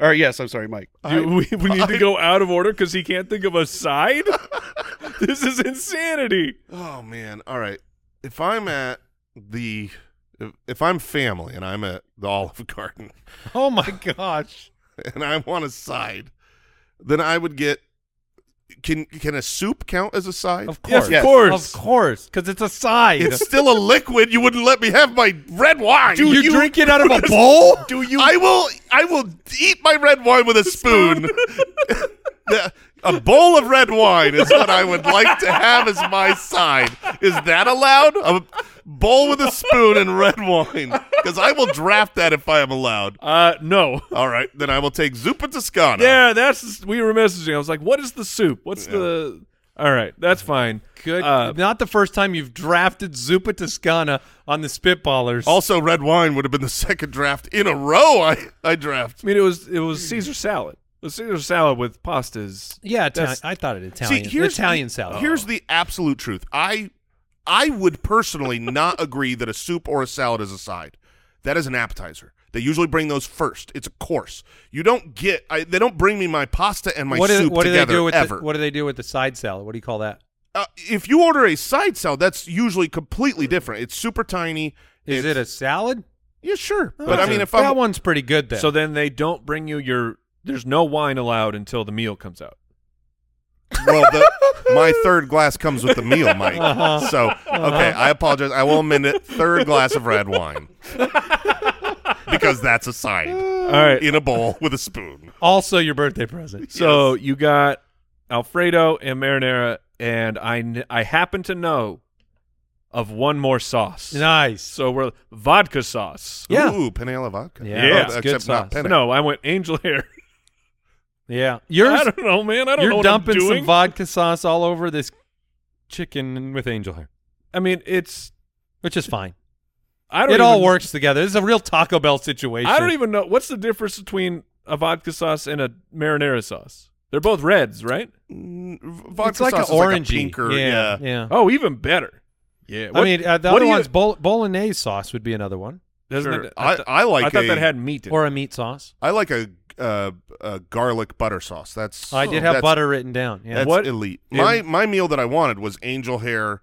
Speaker 5: Or yes, I'm sorry, Mike.
Speaker 4: Do we, we need to go out of order because he can't think of a side. this is insanity.
Speaker 6: Oh man! All right. If I'm at the, if, if I'm family and I'm at the Olive Garden,
Speaker 3: Oh my gosh.
Speaker 6: and I want a side, then I would get. Can can a soup count as a side?
Speaker 3: Of
Speaker 4: Yes,
Speaker 3: course.
Speaker 4: of
Speaker 5: Yes.
Speaker 4: course.
Speaker 3: Of course. Because it's a side.
Speaker 6: It's still a liquid. You wouldn't let me have my red wine.
Speaker 3: you, drink it out of a bowl?
Speaker 6: Do you? I will. I will eat my red wine with a spoon. The- a bowl of red wine is what I would like to have as my side. Is that allowed? A bowl with a spoon and red wine, because I will draft that if I am allowed.
Speaker 4: Uh, no.
Speaker 6: All right, then I will take Zupa Toscana.
Speaker 4: Yeah, that's we were messaging. I was like, "What is the soup? What's the?" All right, that's fine.
Speaker 3: Good.
Speaker 4: Uh,
Speaker 3: Not the first time you've drafted Zupa Toscana on the Spitballers.
Speaker 6: Also, red wine would have been the second draft in a row. I I draft.
Speaker 4: I mean, it was it was Caesar salad. It was Caesar salad with pastas.
Speaker 3: yeah, Italian.
Speaker 4: That's-
Speaker 3: I thought it Italian.
Speaker 6: here's
Speaker 3: Italian
Speaker 6: the,
Speaker 3: salad.
Speaker 6: Here's the absolute truth. I I would personally not agree that a soup or a salad is a side. That is an appetizer. They usually bring those first. It's a course. You don't get. I, they don't bring me my pasta and my
Speaker 3: what do-
Speaker 6: soup
Speaker 3: what do
Speaker 6: together
Speaker 3: they do with
Speaker 6: ever.
Speaker 3: The, what do they do with the side salad? What do you call that?
Speaker 6: uh, if you order a side salad, that's usually completely different. It's super tiny.
Speaker 3: Is it a Oh, salad?
Speaker 6: Yeah, sure. but I
Speaker 3: Okay.
Speaker 6: mean, if
Speaker 3: that
Speaker 6: I'm
Speaker 3: one's pretty good, then.
Speaker 4: So then they don't bring you your. There's no wine allowed until the meal comes out.
Speaker 6: well, the, my third glass comes with the meal, Mike.
Speaker 3: Uh-huh.
Speaker 6: So okay, I apologize. I will amend it. Third glass of red wine because that's a side.
Speaker 4: All right.
Speaker 6: in a bowl with a spoon.
Speaker 3: also your birthday present.
Speaker 4: So you got Alfredo and marinara, and I kn- I happen to know of one more sauce.
Speaker 3: Nice.
Speaker 4: So we're vodka sauce.
Speaker 3: Yeah.
Speaker 6: Ooh, panela vodka. Oh,
Speaker 3: Yeah,
Speaker 4: Yeah.
Speaker 3: it's
Speaker 6: except
Speaker 3: good
Speaker 6: not
Speaker 3: sauce.
Speaker 6: penne.
Speaker 4: No, I went angel hair.
Speaker 3: Yeah.
Speaker 4: I
Speaker 3: Yours
Speaker 4: don't know, man. I don't know
Speaker 3: you're
Speaker 4: what
Speaker 3: dumping
Speaker 4: I'm doing.
Speaker 3: some vodka sauce all over this chicken with angel hair,
Speaker 4: I mean, it's
Speaker 3: which is fine.
Speaker 4: I
Speaker 3: It
Speaker 4: don't.
Speaker 3: all
Speaker 4: even-
Speaker 3: works together. This is a real Taco Bell situation.
Speaker 4: I don't even know what's the difference between a vodka sauce and a marinara sauce. They're both reds, right?
Speaker 6: Mm, v- vodka
Speaker 3: it's like
Speaker 6: sauce
Speaker 3: an orangey.
Speaker 6: is like a pinker.
Speaker 3: yeah,
Speaker 6: Yeah.
Speaker 3: yeah.
Speaker 4: Oh, even better. Yeah.
Speaker 3: I mean, uh, the
Speaker 4: what
Speaker 3: other
Speaker 4: do you-
Speaker 3: one's bol- bolognese sauce would be another one,
Speaker 4: doesn't
Speaker 6: Sure.
Speaker 4: it-
Speaker 6: I,
Speaker 4: th-
Speaker 6: I like
Speaker 4: I thought
Speaker 6: a,
Speaker 4: that had meat in it.
Speaker 3: or a meat sauce.
Speaker 6: I like a, uh, a garlic butter sauce. That's
Speaker 3: I did have
Speaker 6: Oh, that's-
Speaker 3: butter written down. Yeah.
Speaker 6: That's
Speaker 4: What-
Speaker 6: elite.
Speaker 4: in-
Speaker 6: My my meal that I wanted was angel hair,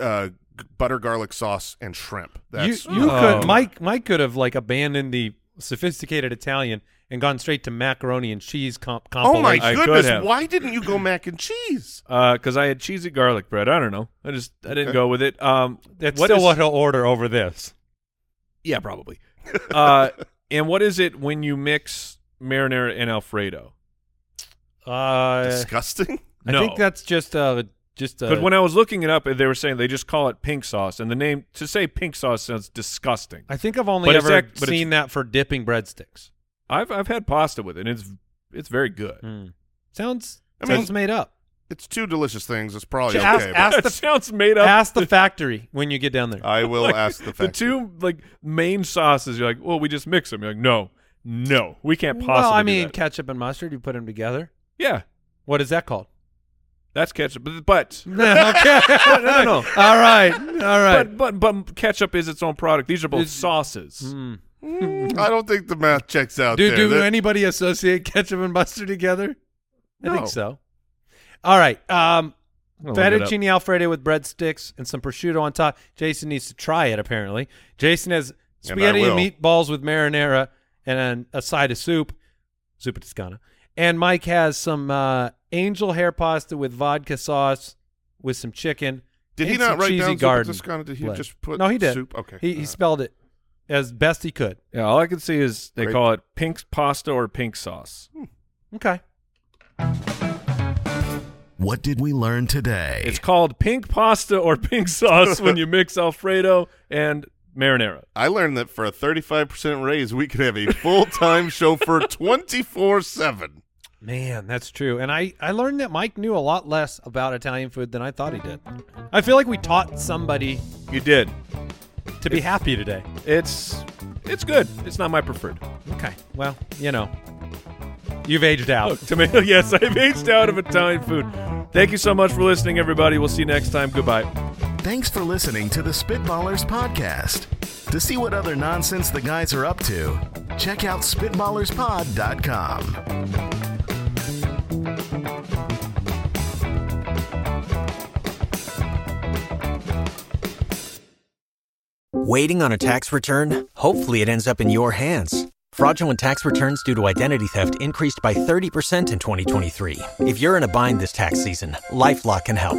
Speaker 6: uh, g- butter garlic sauce, and shrimp. That's
Speaker 3: you you
Speaker 4: Oh.
Speaker 3: could Mike Mike could have like abandoned the sophisticated Italian and gone straight to macaroni and cheese comp.
Speaker 6: Oh my
Speaker 3: compilation.
Speaker 4: I could
Speaker 6: goodness!
Speaker 4: have.
Speaker 6: Why didn't you go mac and cheese?
Speaker 4: because Uh, I had cheesy garlic bread. I don't know. I just I didn't go with it. Um,
Speaker 3: That's
Speaker 4: what
Speaker 3: still
Speaker 4: is-
Speaker 3: what he'll order over this.
Speaker 4: Yeah, probably. uh, and what is it when you mix marinara and alfredo?
Speaker 3: Uh,
Speaker 6: Disgusting.
Speaker 3: I
Speaker 4: No.
Speaker 3: think that's just uh just uh,
Speaker 4: But when I was looking it up, they were saying they just call it pink sauce, and the name to say pink sauce sounds disgusting.
Speaker 3: I think I've only
Speaker 4: But it's
Speaker 3: ever
Speaker 4: act- but it's-
Speaker 3: seen that for dipping breadsticks.
Speaker 4: I've I've had pasta with it, and it's it's very good.
Speaker 3: Mm. Sounds
Speaker 6: I mean-
Speaker 3: sounds made up.
Speaker 6: It's two delicious things. It's probably
Speaker 3: Just ask-
Speaker 6: okay.
Speaker 3: ask-
Speaker 6: but
Speaker 3: That's the-
Speaker 4: Oh, That sounds made up.
Speaker 3: Ask the factory when you get down there.
Speaker 6: I will ask the
Speaker 4: the
Speaker 6: fact.
Speaker 4: two like main sauces. You're like, well, we just mix them. You're like, no, no, we can't possibly.
Speaker 3: well, I
Speaker 4: do
Speaker 3: mean,
Speaker 4: that."
Speaker 3: ketchup and mustard. You put them together.
Speaker 4: yeah,
Speaker 3: What is that called?
Speaker 4: that's ketchup, but but
Speaker 3: okay.
Speaker 4: no, no.
Speaker 3: All right. All right.
Speaker 4: But, but but ketchup is its own product. These are both sauces.
Speaker 3: Mm.
Speaker 6: Hmm, I don't think the math checks out.
Speaker 3: Dude,
Speaker 6: there.
Speaker 3: do
Speaker 6: That-
Speaker 3: anybody associate ketchup and mustard together? I
Speaker 4: No.
Speaker 3: think so. All right.
Speaker 4: I'm
Speaker 3: Um,
Speaker 4: gonna look it up.
Speaker 3: fettuccine alfredo with breadsticks and some prosciutto on top. Jason needs to try it. Apparently, Jason has
Speaker 6: And I
Speaker 3: spaghetti and,
Speaker 6: will.
Speaker 3: meatballs with marinara and an, a side of soup, soup toscana. And Mike has some uh, angel hair pasta with vodka sauce with some chicken.
Speaker 6: Did he
Speaker 3: and
Speaker 6: not
Speaker 3: some
Speaker 6: write
Speaker 3: cheesy
Speaker 6: down Super
Speaker 3: garden
Speaker 6: Toscana? Did he
Speaker 3: bread.
Speaker 6: just put
Speaker 3: no? He did.
Speaker 6: soup? Okay.
Speaker 3: He,
Speaker 6: All
Speaker 3: he
Speaker 6: right.
Speaker 3: spelled it as best he could.
Speaker 4: Yeah, all I can see is they
Speaker 6: Great.
Speaker 4: call it pink pasta or pink sauce.
Speaker 3: Hmm. Okay.
Speaker 1: What did we learn today?
Speaker 4: It's called pink pasta or pink sauce when you mix Alfredo and marinara.
Speaker 6: I learned that for a 35% raise, we could have a full time chauffeur 24 7.
Speaker 3: Man, that's true. And I, I learned that Mike knew a lot less about Italian food than I thought he did. I feel like we taught somebody
Speaker 4: You did.
Speaker 3: to be happy today.
Speaker 4: It's it's good. It's not my preferred.
Speaker 3: Okay. Well, you know, you've aged out.
Speaker 4: Look, tomato. Yes, I've aged out of Italian food. Thank you so much for listening, everybody. We'll see you next time. Goodbye.
Speaker 1: Thanks for listening to the Spitballers Podcast. To see what other nonsense the guys are up to, check out SpitballersPod.com.
Speaker 8: Waiting on a tax return? Hopefully, it ends up in your hands. Fraudulent tax returns due to identity theft increased by 30% in 2023. If you're in a bind this tax season, LifeLock can help.